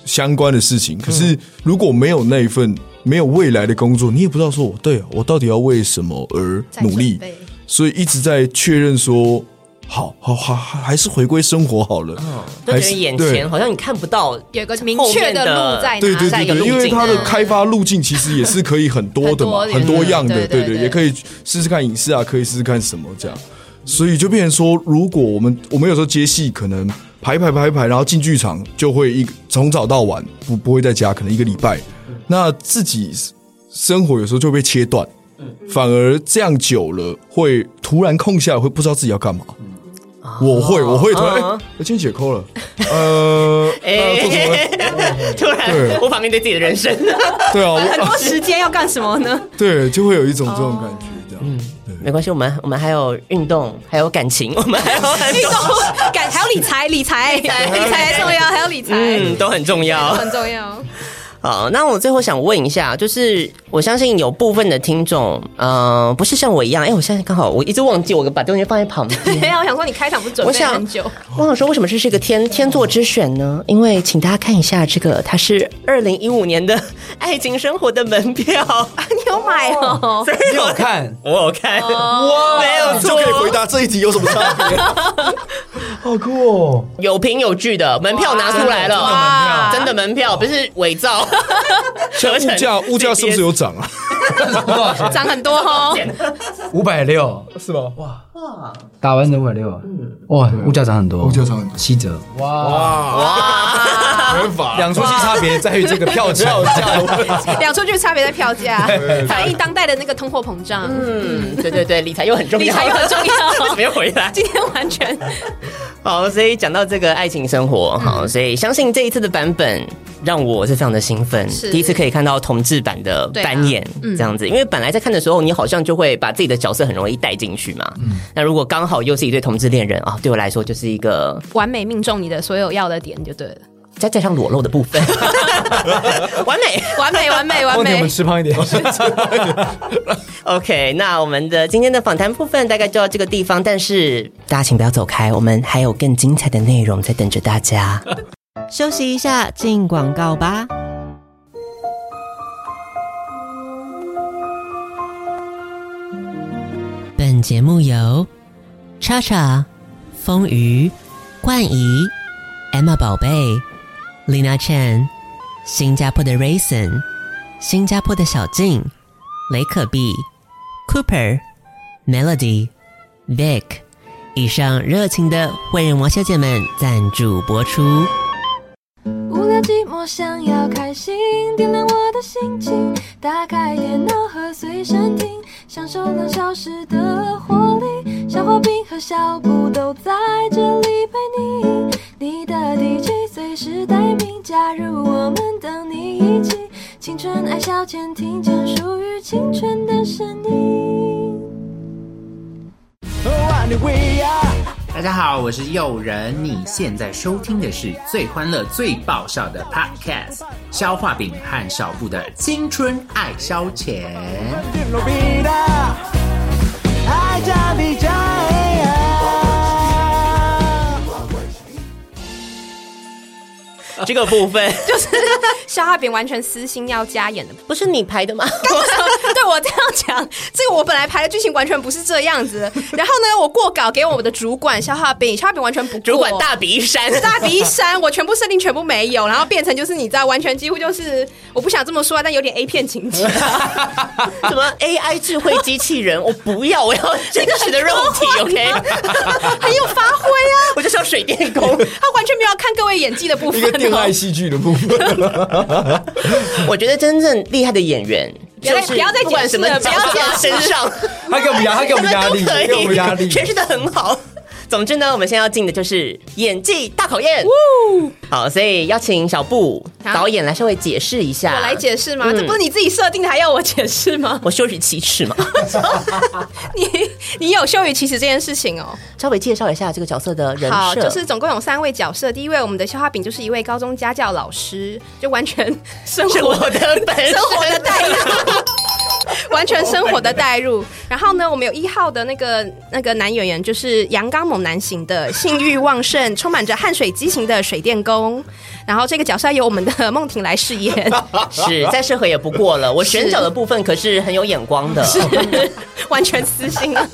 相关的事情。可是如果没有那一份没有未来的工作，你也不知道说我对啊我到底要为什么而努力。所以一直在确认说，好好好，还是回归生活好了，都还觉得是眼对前好像你看不到有一个明后确面的路在哪，对对下对一个对，路因为径它的嗯开发路径其实也是可以很多的嘛，很多很多样的，对对对对也可以试试看影视啊，可以试试看什么这样，所以就变成说，如果我们我们有时候接戏可能排一排排一排，然后进剧场就会一从早到晚不不会在家，可能一个礼拜，那自己生活有时候就被切断，反而这样久了会突然空下来，会不知道自己要干嘛。我会，我会突然，哎、嗯今天姐扣了，呃，哎那要做什么？嗯突然对我旁边对自己的人生。 *laughs* 对啊，我很多时间要干什么呢？对，就会有一种这种感觉，哦这样。嗯没关系，我们我们还有运动，还有感情，我们还有很运多动，感还有理财，理财，理财重要，还有理财、嗯，都很重要。很重要。好，那我最后想问一下，就是我相信有部分的听众，呃，不是像我一样，哎、我现在刚好我一直忘记我把东西放在旁边。对啊，我想说你开场不是准我备了想哦很久？我想说，为什么这是一个天天作之选呢？因为请大家看一下这个，它是二零一五年的爱情生活的门票，你有买 *laughs* 哦？所以 *laughs* 你有我看我有看，哇没有就可以回错，答这一题有什么差别？好酷哦！ *laughs* 有凭有据的门票拿出来了，哇真的门票，不是伪造。折成物价物价是不是有涨 *laughs* 啊？多少钱？涨很多哦，五百六，是吗？哇打啊完折五百六，哇，物价涨很多，物价涨很多七折，哇，哇！哇没办法，两出戏差别在于这个票 *laughs* 价。 *laughs* 两出剧差别在票价，反映当代的那个通货膨胀。嗯，对对对，理财又很重要，理财又很重要为 *laughs* 什么又回来？今天 *laughs* 完全好，所以讲到这个爱情生嗯活，好，所以相信这一次的版本让我是非常的兴奋，是第一次可以看到同志版的对啊扮演、这样子，因为本来在看的时候，你好像就会把自己的角色很容易带进去嘛。那如果刚好又是一对同志恋人啊，对我来说就是一个完美命中你的所有要的点就对了，再加上裸露的部 *laughs* 分，完美。完美完美完 *laughs* 后天美我哦们。吃胖一点。 OK，那我们的今天的访谈部分大概就到这个地方，但是大家请不要走开，我们还有更精彩的内容在等着大家。 *laughs* 休息一下，进广告吧。本节目由叉叉、风鱼、冠仪、Emma 宝贝、Lina Chen、新加坡的 Raisin、新加坡的小静。雷可碧、Cooper、Melody、Vic 以上热情的会人王小姐们赞助播出。无聊寂寞，想要开心，点亮我的心情，打开电脑和随身听，享受两小时的活力。小花瓶和小布都在这里陪你，你的 DJ 随时待命，加入我们，等你一起。青春爱消遣，听见属于青春的声音。大家好，我是诱人，你现在收听的是最欢乐、最爆笑的 Podcast《消化饼和小布的青春爱消遣》。这个部分就是肖化饼完全私心要加演的，不是你排 *laughs* 的吗？对我这样讲，这个我本来排的剧情完全不是这样 *laughs* 子。然后呢，我过稿给我的主管肖化饼，肖化饼完全不过主管大鼻山，大鼻一扇，我全部设定全部没有，然后变成就是你知道，完全几乎就是我不想这么说啊，但有点 A 片情节，什么 AI 智慧机器人，我不要，我要真实的肉体，OK？哦 *laughs* 很有发挥啊。我就是要水电 *laughs* 工，他完全没有看各位演技的部分、 *laughs* 一个恋爱哦。戏剧的部分。我觉得真正厉害的演员。不要就再是不要再不管什么解释角了不要色解释身上，他给我 *laughs* 们压，他给我们压力，他们给我都可们以压力。诠释的很好。总之呢，我们现在要进的就是演技大考验。好，所以邀请小布好导演来稍微解释一下。我来解释，释吗？这嗯不是你自己设定的，还要我解释吗？ *laughs* 我羞于启齿嘛，你你有羞于启齿这件事情哦。稍微介绍一下这个角色的人设。好，就是总共有三位角色。第一位，我们的肖化饼就是一位高中家教老师，就完全 *laughs* 生是活我的本身生活的代入， *laughs* 完全生活的代入。然后呢，我们有一号的那个那个男演员，就是阳刚猛男型的，性欲旺盛，充满着汗水激情的水电工。然后这个角色由我们的梦婷来饰演， *laughs* 是 *laughs* 再适合也不过了。我选角的部分可是很有眼光的，完全私心了。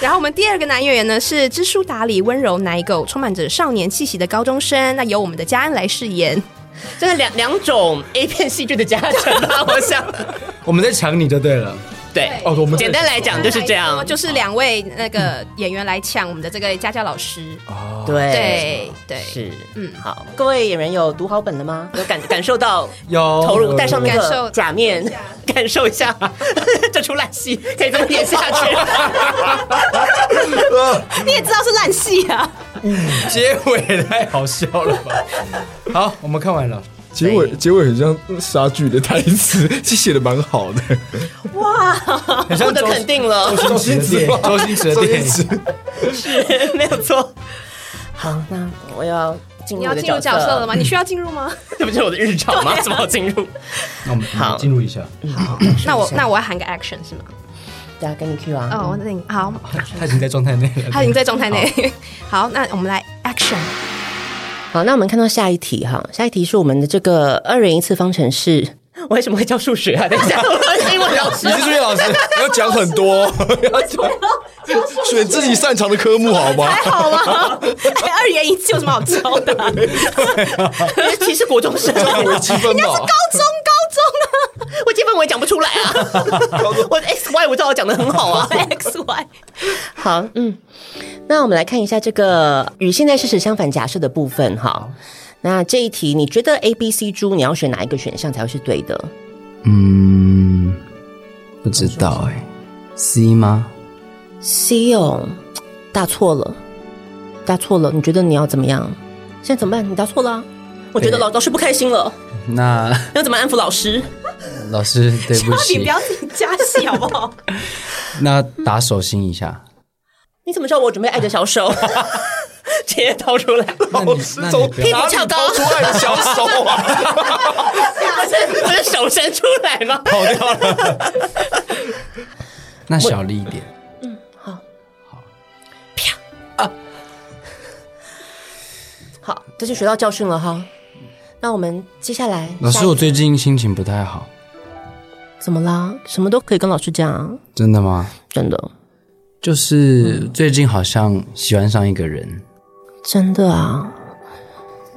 然后我们第二个男演员呢是知书达理、温柔奶狗、充满着少年气息的高中生，那由我们的嘉恩来饰演。真的两两种 A 片戏剧的加成吧，我想。我们在抢你就对了。对，哦我们简单来讲就是这样，哦就是两位那个演员来抢我们的这个家教老师。对对对，哦是，嗯嗯，好，各位演员有读好本了吗？有感感受到有投入，戴上那感个受假面，感受一下 *laughs* 这出烂戏可以这么演下 *laughs* 去。你也知道是烂戏啊，结尾太好笑了 *laughs* 吧？好，我们看完了。 *laughs* 结尾结尾很像莎剧的台词，这写的蛮好的。很获像得周哦肯定了，周 *laughs* 星驰的电影，周星驰的电影。没有错。好，那我要进入你我要的进入角色 *laughs* 了色，啊吗？你需要进入吗？这不就是我的日常吗？怎么好进入？那我们好进入一下，嗯那我那我要喊个 action 是吗？ *laughs* 大家跟你 Q 啊，哦，我等你好，他已经在状态内了。他已经在状态内。 *laughs* 好，那我们来 action。好，那我们看到下一题哈，下一题是我们的这个二元一次方程式。我为什么会教数学啊？等一下， *laughs* 我是英文老师你是数学老师， *laughs* 要讲很 *laughs* 多，要讲选自己擅长的科目，好吗？好吗？哎二元一次有什么好教的啊？ *laughs* 其实国中生，看微积分吧，高中高中啊我基本我也讲不出来 *laughs* 啊。我的 X Y 我知道我讲的很好 *laughs* 啊。 ，X Y 好，嗯，那我们来看一下这个与现在事实相反假设的部分哈。那这一题，你觉得 A、B、C、猪，你要选哪一个选项才会是对的？嗯，不知道哎、c 吗？ C 哦，答错了，答错了。你觉得你要怎么样？现在怎么办？你答错了啊、我觉得老老师不开心了，那要怎么安抚老师？老师对不你不起，要自己加哦戏好不好？ *laughs* 那打手心一下。你怎么知道我准备爱的小手？ *laughs* 直接掏出来了，那你那你不屁要股翘高，掏出爱的小手 *laughs* 啊！不是不是手伸出来吗？那小力一点。好，这就学到教训了哈。那我们接下来，老下师，一我最近心情不太好，怎么啦？什么都可以跟老师讲，真的吗？真的，就是最近好像喜欢上一个人，真的啊！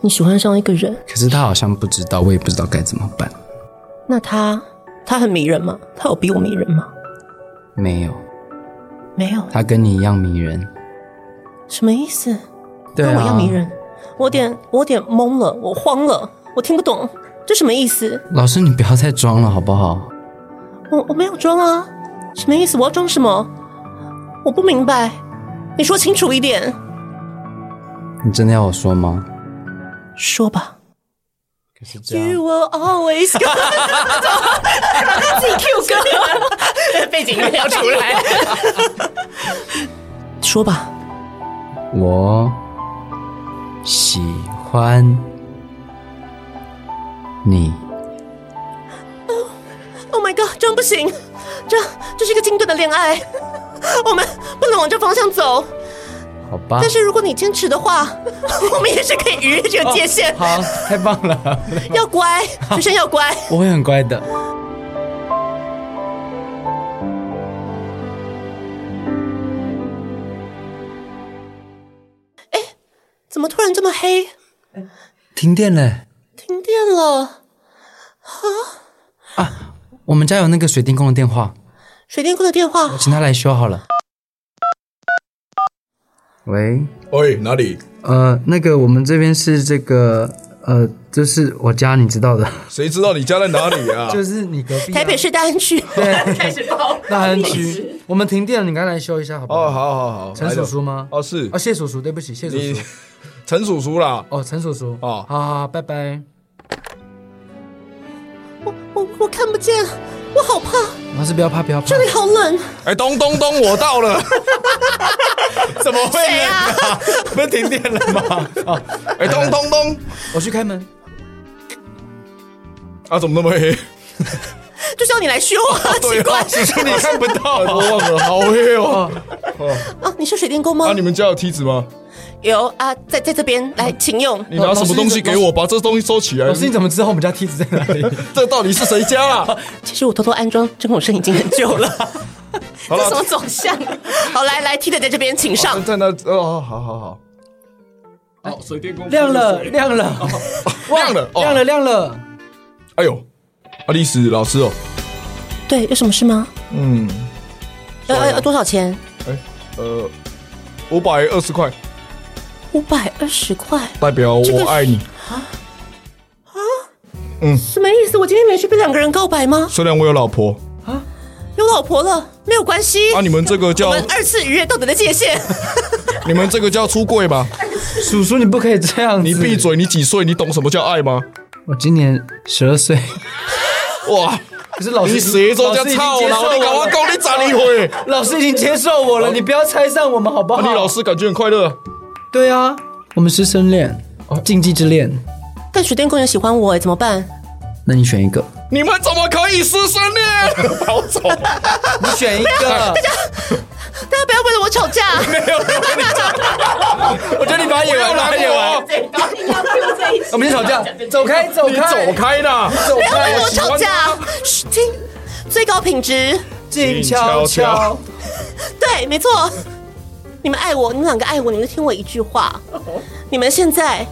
你喜欢上一个人，可是他好像不知道，我也不知道该怎么办。那他他很迷人吗？他有比我迷人吗？没有，没有，他跟你一样迷人，什么意思？对跟我一样啊，迷人，我有点我有点懵了，我慌了，我听不懂这什么意思？老师，你不要再装了好不好？我我没有装啊，什么意思？我要装什么？我不明白，你说清楚一点，你真的要我说吗？说吧。可是这 You will always 自己 Q 歌，背景音乐要出 *laughs* 来。说吧，我喜欢你。 Oh my god，这样不行，这这是一个金盾的恋爱，我们不能往这方向走。好吧，但是如果你坚持的话，我们也是可以逾越这个界限。好，太棒了， *laughs* 要乖，学生要乖。我会很乖的。怎么突然这么黑？停电了，停电了，啊啊我们家有那个水电工的电话，水电工的电话我请他来修好了。喂，喂，哎哪里？呃，那个我们这边是这个呃，就是我家，你知道的，谁知道你家在哪里啊？ *laughs* 就是你隔壁啊、台北市大安区。对，大 *laughs* 安区，我们停电了，你赶快来修一下好不哦，好好？好好，陈叔叔吗？哦，是哦，谢叔叔，对不起，谢叔你 *laughs* 叔。陈叔叔啦。哦，陈叔叔。哦好好好，拜拜。我我我看不见，我好怕，老师不要怕，不要怕。这里好冷。哎，咚咚咚，我到了。 *laughs* 怎么会谁呢？啊？ *laughs* 不是停电了吗？哦，哎，咚咚咚，我去开门。啊，怎么那么黑？就是要你来修啊！对奇啊，怪只 *laughs* 是你看不到，我忘了，好黑哦。啊，你是水电工吗啊，？你们家有梯子吗？有啊，在在这边，来，请用。你拿什么东西给我？把这东西收起来老。师，你怎么知道我们家梯子在哪里？ *laughs* 这到底是谁家啊？其实我偷偷安装针孔声已经很哦久了，好这什么了，走向？好，来来，梯的在这边，请上。在那哦，好好好，亮了，亮亮了，了，亮哦，了，亮了。哎呦，啊，历史老师哦，对，有什么事吗？嗯，要要要多少钱？呃，五百二十块，五百二十块，代表我爱你。什么意思？我今天没去被两个人告白吗？虽然我有老婆，有老婆了，没有关系。啊，你们这个我叫们哎二次逾越道德的界限。 *laughs* 你们这个叫出柜吧？叔叔，你不可以这样子。你闭！嘴！你几岁？你懂什么叫爱吗？我今年十二岁。哇！可是哦老师，你谁说叫操老劳？师已你经赶接受我快了讲你咋离婚？老师已经接受我了，你不要拆散我们好不好？啊，你老师感觉很快乐。对啊，我们师生恋，禁忌之恋。但水电工人喜欢我，哎怎么办？那你选一个，你们怎么可以师生 *laughs* 恋？跑走！你选一个。大家不要为了我吵架。 *laughs* 我觉得你把它演完，把它演完。我们先吵架，走开，走你开，走，开啦！走不要开为我吵架。嘘听，最高品质，静悄悄悄悄。对，没错。你们爱我，你们两个爱我，你们听我一句话。你们现在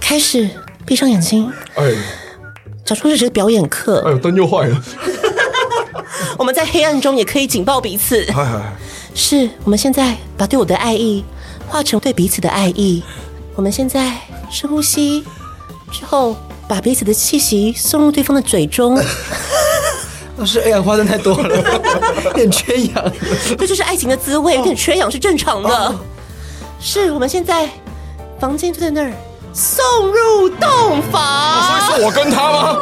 开始闭上眼睛，哎假装这是表演哎课。呦，灯又坏了。我们在黑暗中也可以警报彼此。哎哎，是我们现在把对我的爱意化成对彼此的爱意。我们现在深呼吸，之后把彼此的气息送入对方的嘴中，老师，哎呀，花生太多 *laughs* 了，有点缺氧。这就是爱情的滋味，有点缺氧是正常的。是我们现在房间就在那儿，送入洞房，所以是我跟他吗？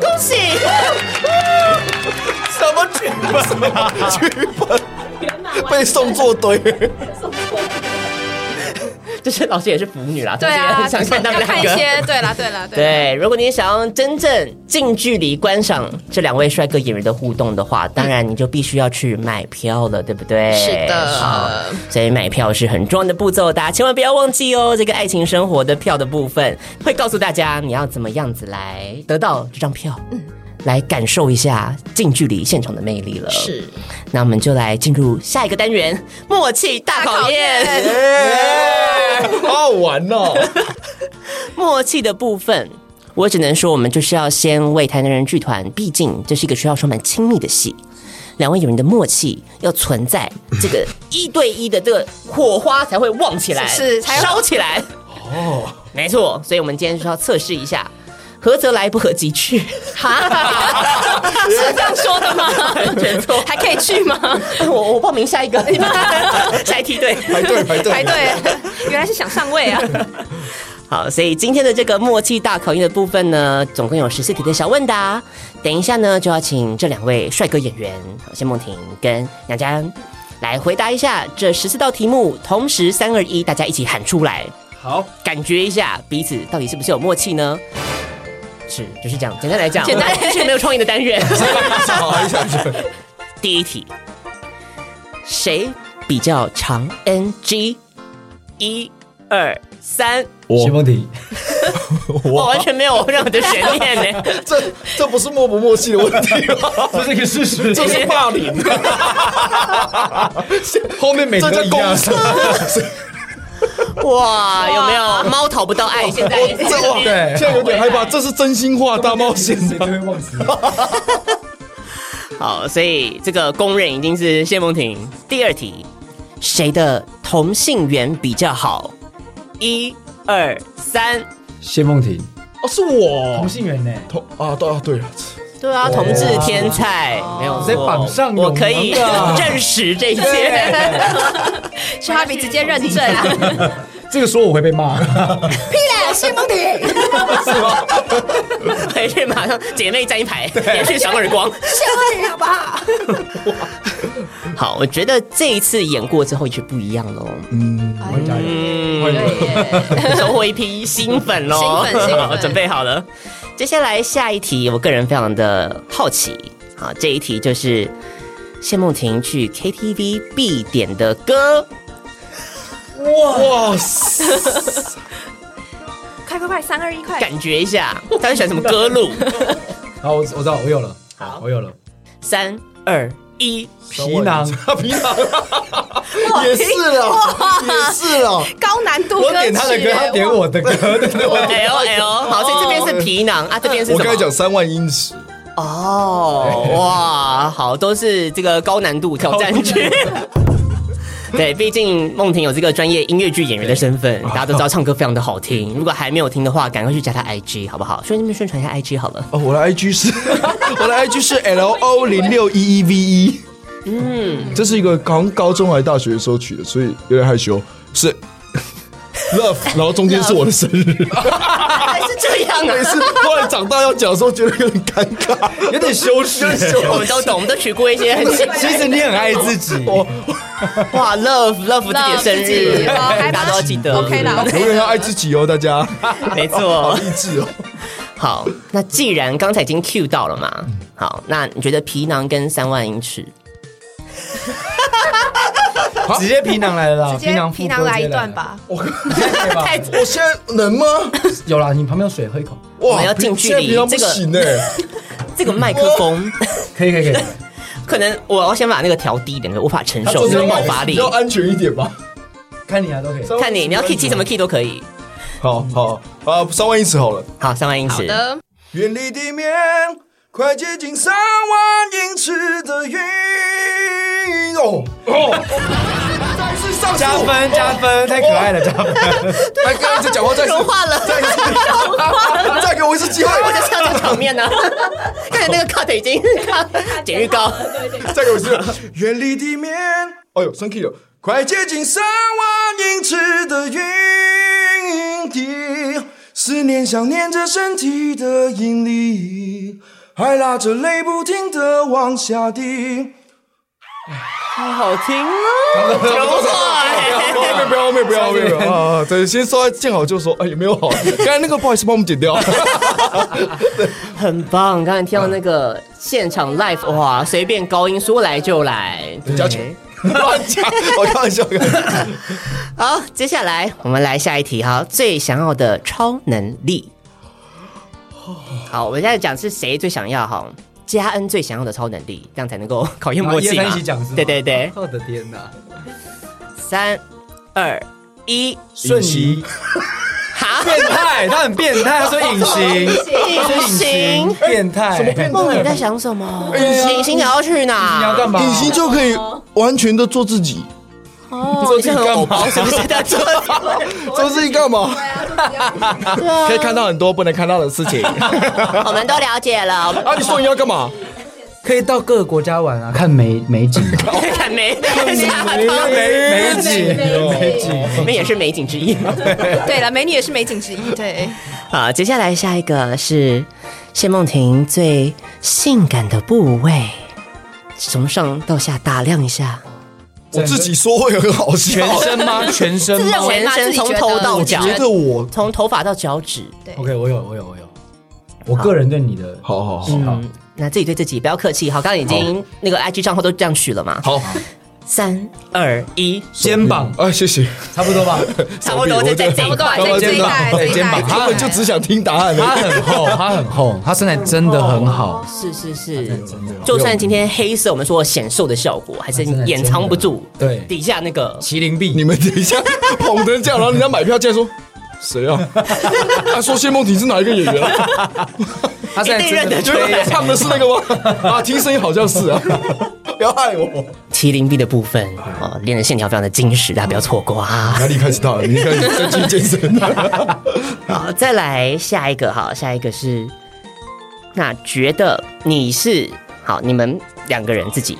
恭喜！什么剧本？什么剧本？ *laughs* 被送作堆。 *laughs* 就是老师也是腐女啦，对啊，就是很想看他们要看两个。一些，对啦，对啦，对啦。对，如果你也想要真正近距离观赏这两位帅哥演员的互动的话，当然你就必须要去买票了，对不对？是的好所以买票是很重要的步骤，大家千万不要忘记哦。这个爱情生活的票的部分，会告诉大家你要怎么样子来得到这张票，嗯，来感受一下近距离现场的魅力了。是，那我们就来进入下一个单元——默契大考验。 *laughs* 好好玩哦！默契的部分，我只能说，我们就是要先为台南人剧团，毕竟这是一个需要充满亲密的戏。两位演员的默契要存在，这个一对一的这个火花才会旺起来，是才会烧起来。哦，没错，所以我们今天就要测试一下，合则来，不合即去。哈，是这样说的吗？全错，还可以去吗？ *laughs* 我我报名下一个， *laughs* 下一梯队。排队排队排队，原来是想上位啊！好，所以今天的这个默契大考验的部分呢，总共有十四题的小问答。等一下呢，就要请这两位帅哥演员好谢梦婷跟杨佳恩来回答一下这十四道题目，同时三二一，大家一起喊出来，好，感觉一下彼此到底是不是有默契呢？是，就是这样。简单来讲，简单这是个没有创意的单元。好，一下去。 *laughs* 第一题，谁比较长 NG？一、二、三。我谢梦婷，我完全没有任何的悬念呢。 *laughs* 这这不是默不默契的问题哦，这是一个事实，这是霸凌， *laughs* 后面每这个都叫一公样。司。 *laughs* 哇，有没有猫讨不到爱？现在这我对现在有点害怕，这是真心话大冒险啊谁都吗？会忘记。好，所以这个公认已经是谢梦婷。第二题，谁的同性缘比较好？一、二、三。谢梦婷，哦，是我同性缘呢？同啊，对啊，对啊，对啊，同志天才没有哦错在榜上有我可以名啊证实这一切。小哈比直接认证 *laughs* 啊！这个说我会被 *laughs* 骂。回去马上姐妹站一排，连续赏耳光，笑你好不好？好，我觉得这一次演过之后就不一样喽。 *laughs* 嗯，收获一批新粉喽，新粉新粉好 *laughs* 准备好了。接下来下一题，我个人非常的好奇。好，这一题就是谢梦婷去 KTV 必点的歌。哇塞，快快快，三二一，快！感觉一下，他会选什么歌路？好，我我知道，我有了。好，我有了。 *laughs* 三二一，皮囊，皮囊也是了，也是了，高难度我歌点他的歌，他曲，点我的歌，对对对。哎呦哎呦，好，所以这边是皮囊啊，这边是我什刚才么？讲三万英尺，哦，哇，好，都是这个高难度挑战剧。对，毕竟梦婷有这个专业音乐剧演员的身份，大家都知道唱歌非常的好听。如果还没有听的话，赶快去加他 IG 好不好？顺便宣传一下 IG 好了。哦，我的 IG *laughs* 是，我的 IG 是 L O 零六一一 V 一，嗯 E 这是一个好像高中还大学的时候取的，所以有点害羞。 *laughs* 是 love，然后中间是我的生日，还是这啊样每次后来长大要讲的时候，觉得有点尴尬，有点羞耻。我们都懂，我们都取过一些很 *laughs* 其实你很爱自己，哇，love love 自己的生 Love 自己日，哦还大家都要记得。 OK 啦永远要爱自己哦，大家，没好错。励志哦。好，那既然刚才已经 Q 到了嘛，好，那你觉得皮囊跟三万英尺？直接皮囊来了啦，直接囊皮皮囊来一段，吧。 *laughs* 太我现在能吗？有啦，你旁边有水，喝一口，我们要近距离现在皮囊这个不行哎，这个麦克风，可以可以可以， *laughs* 可能我要先把那个调低一点，无法承受这就是个爆要发力比。较安全一点吧。看你啊都可以。看你，你要 key 起什么 key 都可以。好好啊，三万英尺好了。好，三万英尺。的，远离地面，快接近三万英尺的云。哦哦，再次上加树，分加分，太可爱了，加分！来，刚才在讲话，再次融化了，再次，我一次机会，我就是要这个场面 *laughs* 呢、啊。看起那个 cut 已经 cut 剪预告，再给我一次。远离地面，哎呦，升 key 了，快接近三万英尺的云底，思念想念着身体的引力，还拉着泪不停的往下滴。好好听哦，不错哎。不要后面，不要后面，不要后面啊！对，先说见好就说，哎，有没有好？刚才那个不好意思，帮我们剪掉。很棒！刚才听到那个现场 live，哇，随便高音说来就来，交钱。乱讲，我开玩笑。开玩笑好，接下来我们来下一题哈，最想要的超能力。好，我们现在讲是谁最想要哈？嘉恩最想要的超能力，这样才能够考验默契然嘛啊后一二三一起讲是吗对对对，我的天哪！三二一，瞬移，好，变态，他很变态，他说隐形，隐形。变态，什么变梦你在想什么？隐形你要去 *laughs* 你要哪？干嘛？隐形就可以完全的做自己，做自己干嘛？是不是在做？做自己干嘛？对啊可以看到很多不能看到的事情。啊，我们都了解了， *laughs* 你说你要干嘛？可以到各个国家玩啊，看美美景，啊 *laughs* 看 *laughs* 美下巴头，美景，哦美景。我们也是美景之一。对了，美女也是美景之一。对，好，接下来下一个是谢梦婷最性感的部位，从上到下打量一下，我自己说会很好笑。全身吗？全身吗认为全吗身自己觉从得头到我脚，觉得我从头发到脚趾。 ？OK，我哦有，我有，我有。我个人对你的好好好嗯，那自己对自己不要客气。好，刚刚已经那个 IG 账号都这样取了嘛。好，三二一，肩膀啊，谢谢。差不多吧？差不多手臂再我再觉得再一对段。这我这一肩膀代，这对一肩膀代，他们就只想听答案 *laughs* 他很厚，他很厚，他身材真的很好。是是是，就算今天黑色，我们说显啊瘦的效果，还是掩藏不住。对底下那个麒麟臂，你们等一下捧成这样，然后人家买票进来说谁啊？他说谢梦婷是哪一个演员啊？他身一材定认真得的出就来是。唱的是那个吗？啊，听声音好像是啊。不要害我，麒麟臂的部分哦，练的线条非常的精实，大家不要错过啊！压力开始大了，你开始在去健身了。好，再来下一个，好，下一个是，那觉得你是好，你们两个人自己，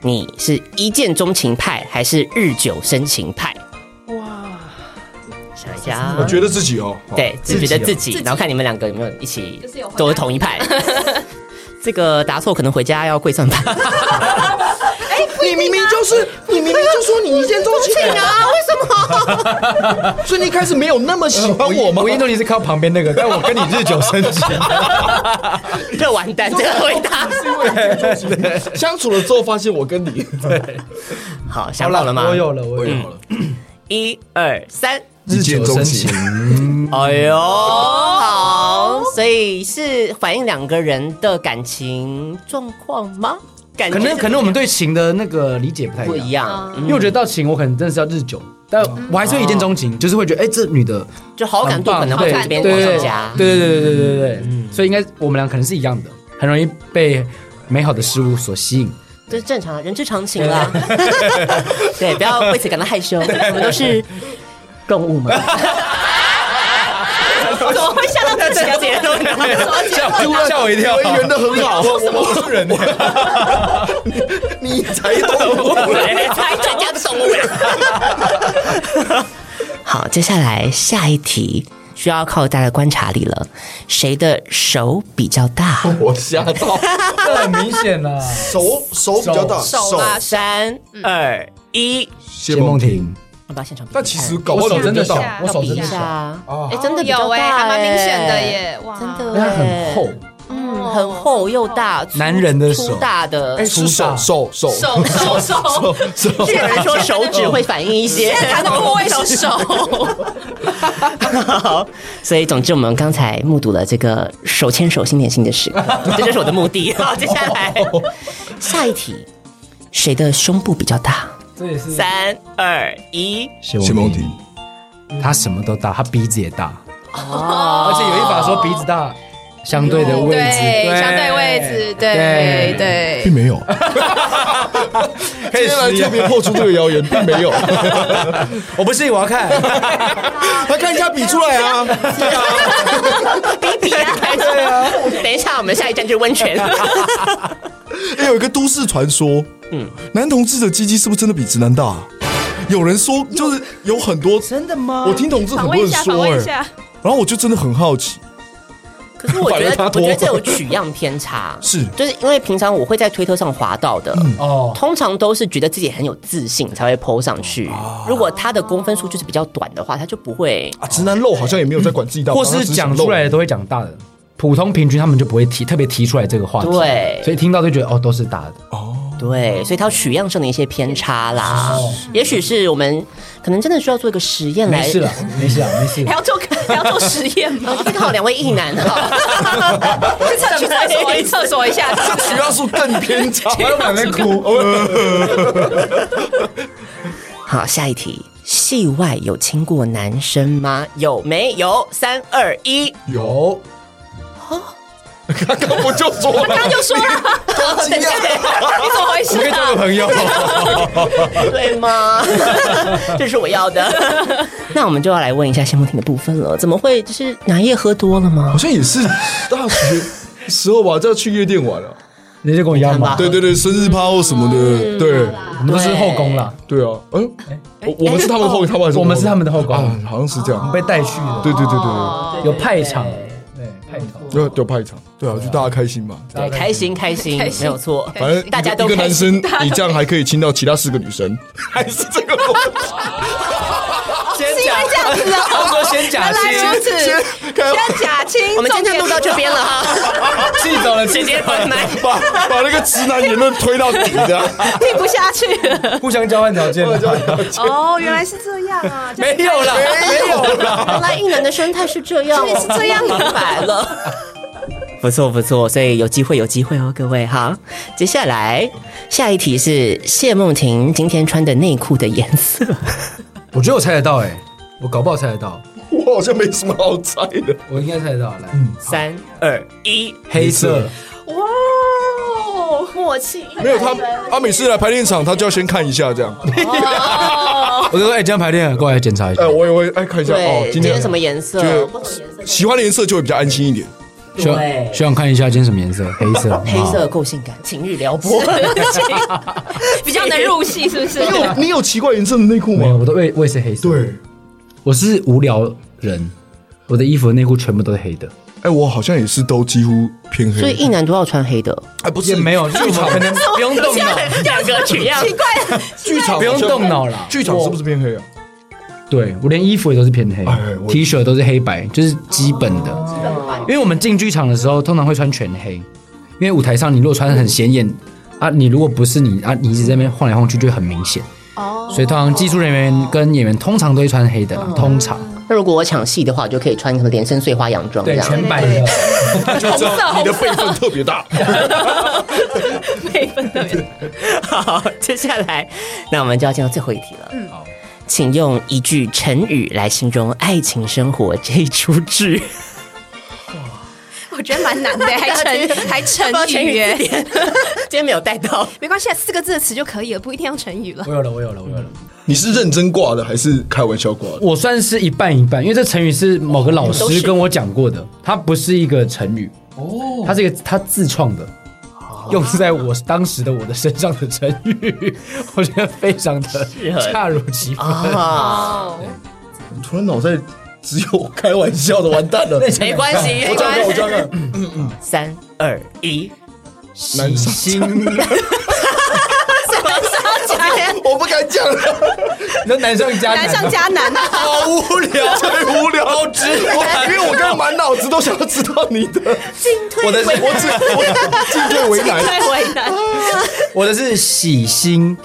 你是一见钟情派还是日久生情派？哇，想一下啊，我觉得自己哦，对，只觉得自己自，己然后看你们两个有没有一起都是同一派。这个答错可能回家要跪算盘。你明明就是，你明明就说你一见钟情啊，为什 *laughs* 么？所以你一开始没有那么喜欢我吗？我印度尼是靠旁边那个，但我跟你日久生情。这完蛋，这个回答。相处了之后发现我跟你好，想好了吗？我有了，我有了。一二三。日久生情，哎呦，好，所以是反映两个人的感情状况吗？感可觉能可能我们对情的那个理解不太不一一样，样，嗯因为我觉得到情我可能真的是要日久，但我还是会一见钟情，就是会觉得哎这女的就好感度可能会从这边往对上对加。对对对对对对，所以应该我们俩可能是一样的，很容易被美好的事物所吸引。这是正常，人之常情啦。对，不要为此感到害羞，我们都是动物嘛。怎么会想到这个结论呢？吓吓我一跳我圆的很好，我 *laughs* 我是人，你才懂。才专家的动物 *laughs* 了好，接下来下一题需要靠大家的观察力了，谁的手比较大？我吓到，这很明显啦，手手比较大，手啊，三二一，谢梦婷，我把现场比比但其实看搞不好我手真的到小我手要真的比一下小啊，哎，真的比较有哎，大还蛮明显的，耶，哇，真的，但她很厚，，嗯，很厚又大，粗男人的手粗大的哎，。是手手手手手手，手，有人 *laughs* 说手指会反应一 *laughs* 些，他的部位是手，好，所以总之我们刚才目睹了这个手牵手心连心的时刻， *laughs* 这就是我的目 *laughs* 的。好，接下来下一题，谁的胸部比较 *laughs* 大？这也是三二一，谢梦婷，她什么都大，她鼻子也大，而且有一把说鼻子大相对的位置，哦对，相对位置，对对并。没 *laughs* 有。可今以天来特实验别破除这个谣言，并 *laughs* 没有。我不信，我要看。来看一下比出来啊！比比啊，下，我们下一站就是温 *laughs* 泉。哎，有一个都市传说，嗯，男同志的鸡鸡是不是真的比直男大、啊有人说就是有很多真的吗我听同志很访多问一人下，说访、问一哎，下，然后我就真的很好奇，可是我觉反正得，他我多觉得这有取样偏差，是就是因为平常我会在推特上滑到的， *laughs* 哦，通常都是觉得自己很有自信才会 PO 上去。如果他的公分数就是比较短的话，他就不会。啊，直男肉好像也没有在管自己大，或是讲出 *laughs* 来的都会讲大的，普通平均他们就不会提特别提出来这个话题，对所以听到就觉得哦都是大的，对，所以它取样上的一些偏差啦，也许是我们可能真的需要做一个实验没来。 *laughs* 事了，没事了，没事还了。要做还要做实验吗？刚好两位异男哦哈， *laughs* 去厕去厕所去厕所一下，取样数更偏差，我在哭，好，下一题，戏外有亲过男生吗？有没有？三二一， *laughs* 有刚刚不就说了，他就说了，惊 *laughs* 讶，你怎么回事啊？*laughs* 朋友，对吗？ *laughs* 这是我要的。 *laughs* 那我们就要来问一下谢梦婷的部分了，怎么会就是哪一夜喝多了吗好？像也是大学时候吧，就要去夜店玩了、啊你就跟我一样啊吧，对对对，生日趴或什么嗯的，对我们都是后宫了，对啊，嗯，哎我我们是他们的后，他们还是我们是他们的后宫，啊，好像是这样，被带去了，对对对对，有派场，哦对派场，要要派场，对啊，就大家开心嘛。对，开心开心，没有错。反正哎大家都一个开男心生，你这样还可以亲到其他四个女生，还 *laughs* 是这个先讲，他说先假原来如此，先假清，我们今天录到这重点边了 *laughs* 哈，气走了，直接 *laughs* 关麦。 *laughs* 把把那个直男言论推到底的。是听不下去了。互相交换条件了，哦，原来是这样啊，这样没有了，没有了。原来一男的生态是这样，是这样明白了。不错不错，所以有机会有机会哦，各位哈。接下来下一题是谢梦婷今天穿的内裤的颜色，我觉得我猜得到，哎，我搞不好猜得到， *laughs* 我好像没什么好猜的，我应该猜得到，来，三二一，嗯黑色，哇哦，默契没有他，他每次来排练场，他就要先看一下这 *laughs* 样。我就说，哎，今天排练，过来检查一下哎，，我也会哎看一下哦对，，今今天天什么颜 *laughs* 色？就喜欢的颜色就会比较安心一点。需要对需要看一下今天什么颜色， *laughs* 黑色，黑色够性感，情欲撩拨。比较能入戏，是不是？你有你有奇怪颜色的内裤没有，吗？我都我也我也是黑色。对，我是无聊人，我的衣服内裤全部都是黑的。哎，我好像也是都几乎偏黑。所以一男都要穿黑的，哎，不也是没有，就是我们可能不用动 *laughs* 脑，两个取样。剧场，不用动脑啦剧场是不是偏黑啊？对我连衣服也都是偏黑哎哎我，T 恤都是黑白，就是基本的。因为我们进剧场的时候，通常会穿全黑，因为舞台上你如果穿得很显眼啊，你如果不是你啊，你一直在那边晃来晃去就会很明显。哦，嗯所以通常技术人员跟演员通常都会穿黑的啦，通常那如果我抢戏的话，就可以穿什么连身碎花洋装这对样。全白的。就知道 *laughs* 你的辈分特别大。配分特别 *laughs* 好，接下来，那我们就要进到最后一题了。嗯，请用一句成语来形容爱情生活这一出剧。我觉得蛮难 *laughs* 的，还成还成语这耶。边今天没有带到，没关系，啊，四个字的词就可以了，不一定要成语了。我有了，我有了，我有了。你是认真挂的还是开玩笑挂的？我算是一半一半，因为这成语是某个老都师是跟我讲过的，它不是一个成语，哦，它是一个他自创的，啊用在我当时的我的身上的成语， *laughs* 我觉得非常的合恰如其分。啊，突然脑袋只有开玩笑的，完蛋了。没关系，没我讲关看，我系。讲看，三二一，男心，我不敢讲了， *laughs* 那难上加难上加 *laughs* 难啊！好无 *laughs* 聊，太无聊，好直 *laughs* 因为我刚刚满脑子都想要知道你的进退，我 *laughs* 的我只我进退维难，太为难，我的是喜新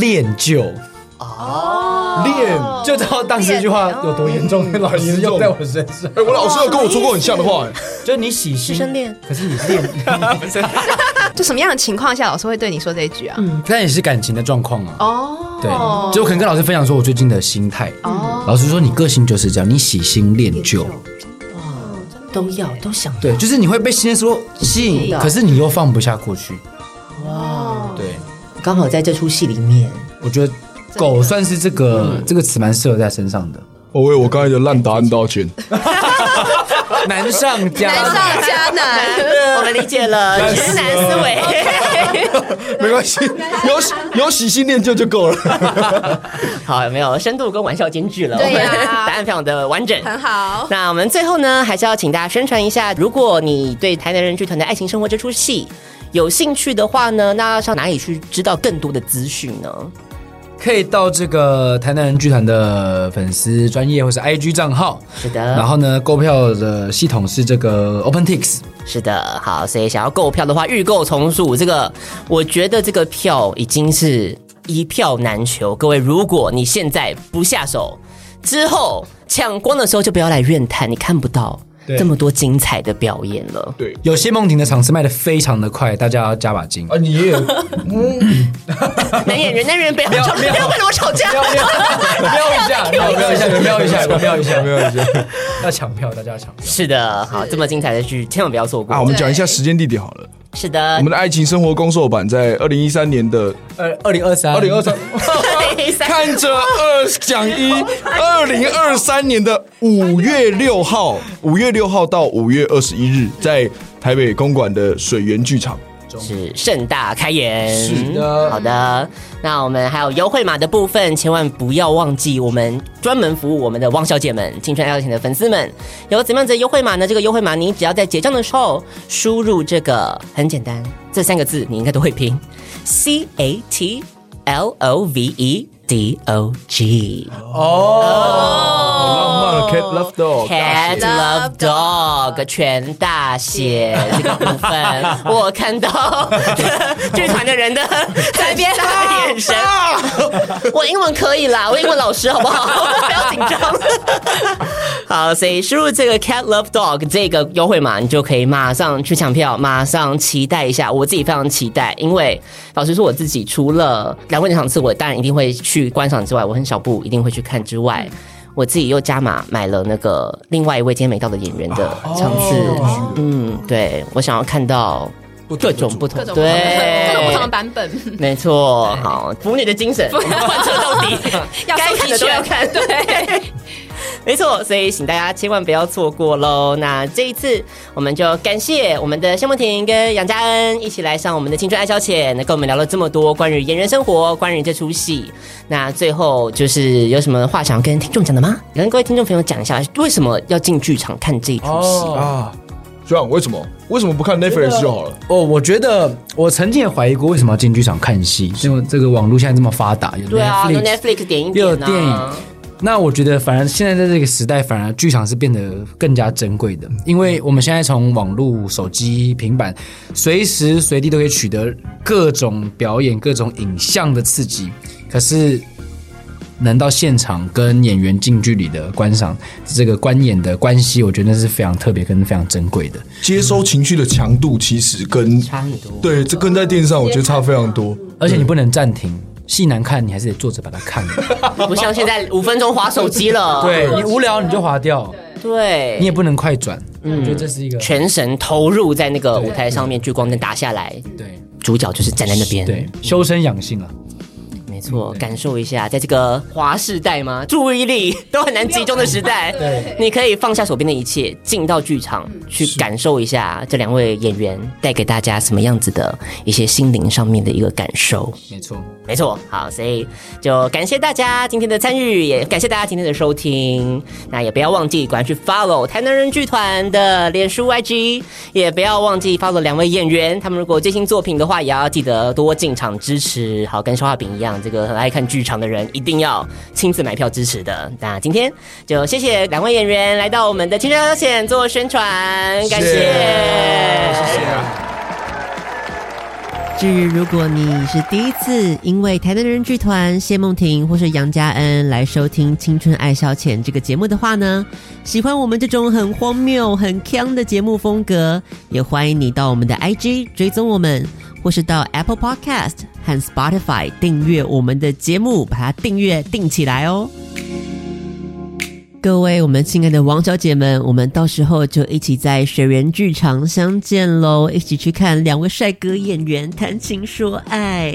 恋旧，哦练。就知道当时这句话有多严重，老师用在我身上，哎，我老师有跟我说过很像的话，哎就是你喜新生恋，可是你恋，就什么样的情况下老师会对你说这一句啊？但也是感情的状况啊。哦，对，就我可能跟老师分享说我最近的心态。老师说你个性就是这样，你喜新恋旧，都要都想对，就是你会被新的时候吸引，可是你又放不下过去。哇，对，刚好在这出戏里面，我觉得狗算是这个这个词蛮适合在身上的。我为我刚才的烂答案道歉。难上加难难。上加难。我们理解了但是直男思 *laughs* 维。没关系，有喜有喜新厌旧就够了。好，有没有深度跟玩笑兼具了？对呀我们 *laughs* 答案非常的完整。很好， *laughs* 那我们最后呢，还是要请大家宣传一下，如果你对台南人剧团的《爱情生活》这出戏有兴趣的话呢，那要上哪里去知道更多的资讯呢？可以到这个台南人剧团的粉丝专业或是 IG 账号，是的，然后呢，购票的系统是这个 OpenTix。是的，好，所呃以想要购票的话，预购从速，这个我觉得这个票已经是一票难求。各位，如果你现在不下手，之后抢光的时候就不要来怨叹，你看不到对这么多精彩的表演了。有谢梦婷的场次卖的非常的快，大家要加把劲。哦啊，你也有 *laughs* 男演员，男演员不要吵，不要为了我吵架。瞄一下，瞄一下，瞄一下，瞄 *laughs* 一下， *laughs* 瞄一下，要抢票，大家要抢票。 *laughs* 是的，好，这么精彩的剧，千万不要错过。啊，我们讲一下时间地点好了。是的我们，的爱情生活公售版在二零一三年的二呃二零二三，二零 *laughs* 二三，三看着二讲 *laughs* 一，二零二三年的五月六号，五月六号到五月二十一日，在台北公馆的水源剧场。是盛大开演。是的好的。那我们还有优惠码的部分，千万不要忘记，我们专门服务我们的汪小姐们、青春爱友情的粉丝们，有怎么样子的优惠码呢？这个优惠码你只要在结账的时候输入这个很简单这三个字，你应该都会拼 C A T L O V E D O G。浪漫的 Cat Love Dog，哦 Cat Love Dog 全大写这个部 *laughs* 分，我看到 *laughs* 剧团的人的在边的眼神。我英文可以啦，我英文老师好不好？ *laughs* 不要紧张。好，所以输入这个 Cat Love Dog 这个优惠码，你就可以马上去抢票，马上期待一下。我自己非常期待，因为老实说，我自己除了两位场次，我当然一定会去观赏之外，我很少部一定会去看之外。我自己又加码买了那个另外一位今天没到的演员的场次，嗯，对我想要看到各种不同，各种不同对的，各种不同的版本，没错，好，腐女的精 *laughs* 神贯彻到底，要该收看集的都要全看，对。没错，所以请大家千万不要错过喽。那这一次，我们就感谢我们的夏梦婷跟杨佳恩一起来上我们的《青春爱消遣》，那跟我们聊了这么多关于演员生活，关于这出戏。那最后就是有什么话想要跟听众讲的吗？跟各位听众朋友讲一下，为什么要进剧场看这一出戏？啊，这样为什么？为什么不看 Netflix 就好了？哦，我觉得我曾经也怀疑过，为什么要进剧场看戏？因为这个网络现在这么发达，有对啊，有 Netflix。 Netflix 点一又有点、啊、电影，那我觉得反而现在在这个时代，反而剧场是变得更加珍贵嗯的，嗯因为我们现在从网络、手机、平板，随时随地都可以取得各种表演、各种影像的刺激。可是，能到现场跟演员近距离的观赏这个观演的关系，我觉得那是非常特别跟非常珍贵的。嗯接收情绪的强度其实跟差很多。对这跟在电视上我觉得差非常多。而且你不能暂停，戏难看，你还是得坐着把它看完。不像现在五分钟划手机了，对你无聊你就划掉，对，你也不能快转。嗯，我觉得这是一个全神投入在那个舞台上面，聚光灯打下来，对。主角就是站在那边，对，，修身养性啊，没错，感受一下，在这个华世代吗？注意力都很难集中的时代，对，你可以放下手边的一切，进到剧场去感受一下这两位演员带给大家什么样子的一些心灵上面的一个感受。没错。没错，好，所以就感谢大家今天的参与，也感谢大家今天的收听。那也不要忘记，赶快去 follow 台南人剧团的脸书 IG，也不要忘记 follow 两位演员，他们如果有最新作品的话，也要记得多进场支持。好，跟消化饼一样，这个很爱看剧场的人一定要亲自买票支持的。那今天就谢谢两位演员来到我们的青春消遣做宣传，感谢。啊至于如果你是第一次因为台南人剧团、谢梦婷或是杨佳恩来收听《青春爱消遣》这个节目的话呢，喜欢我们这种很荒谬、很腔的节目风格，也欢迎你到我们的 IG 追踪我们，或是到 Apple Podcast 和 Spotify 订阅我们的节目，把它订阅订起来哦。各位，我们亲爱的王小姐们，我们到时候就一起在水源剧场相见喽！一起去看两位帅哥演员谈情说爱。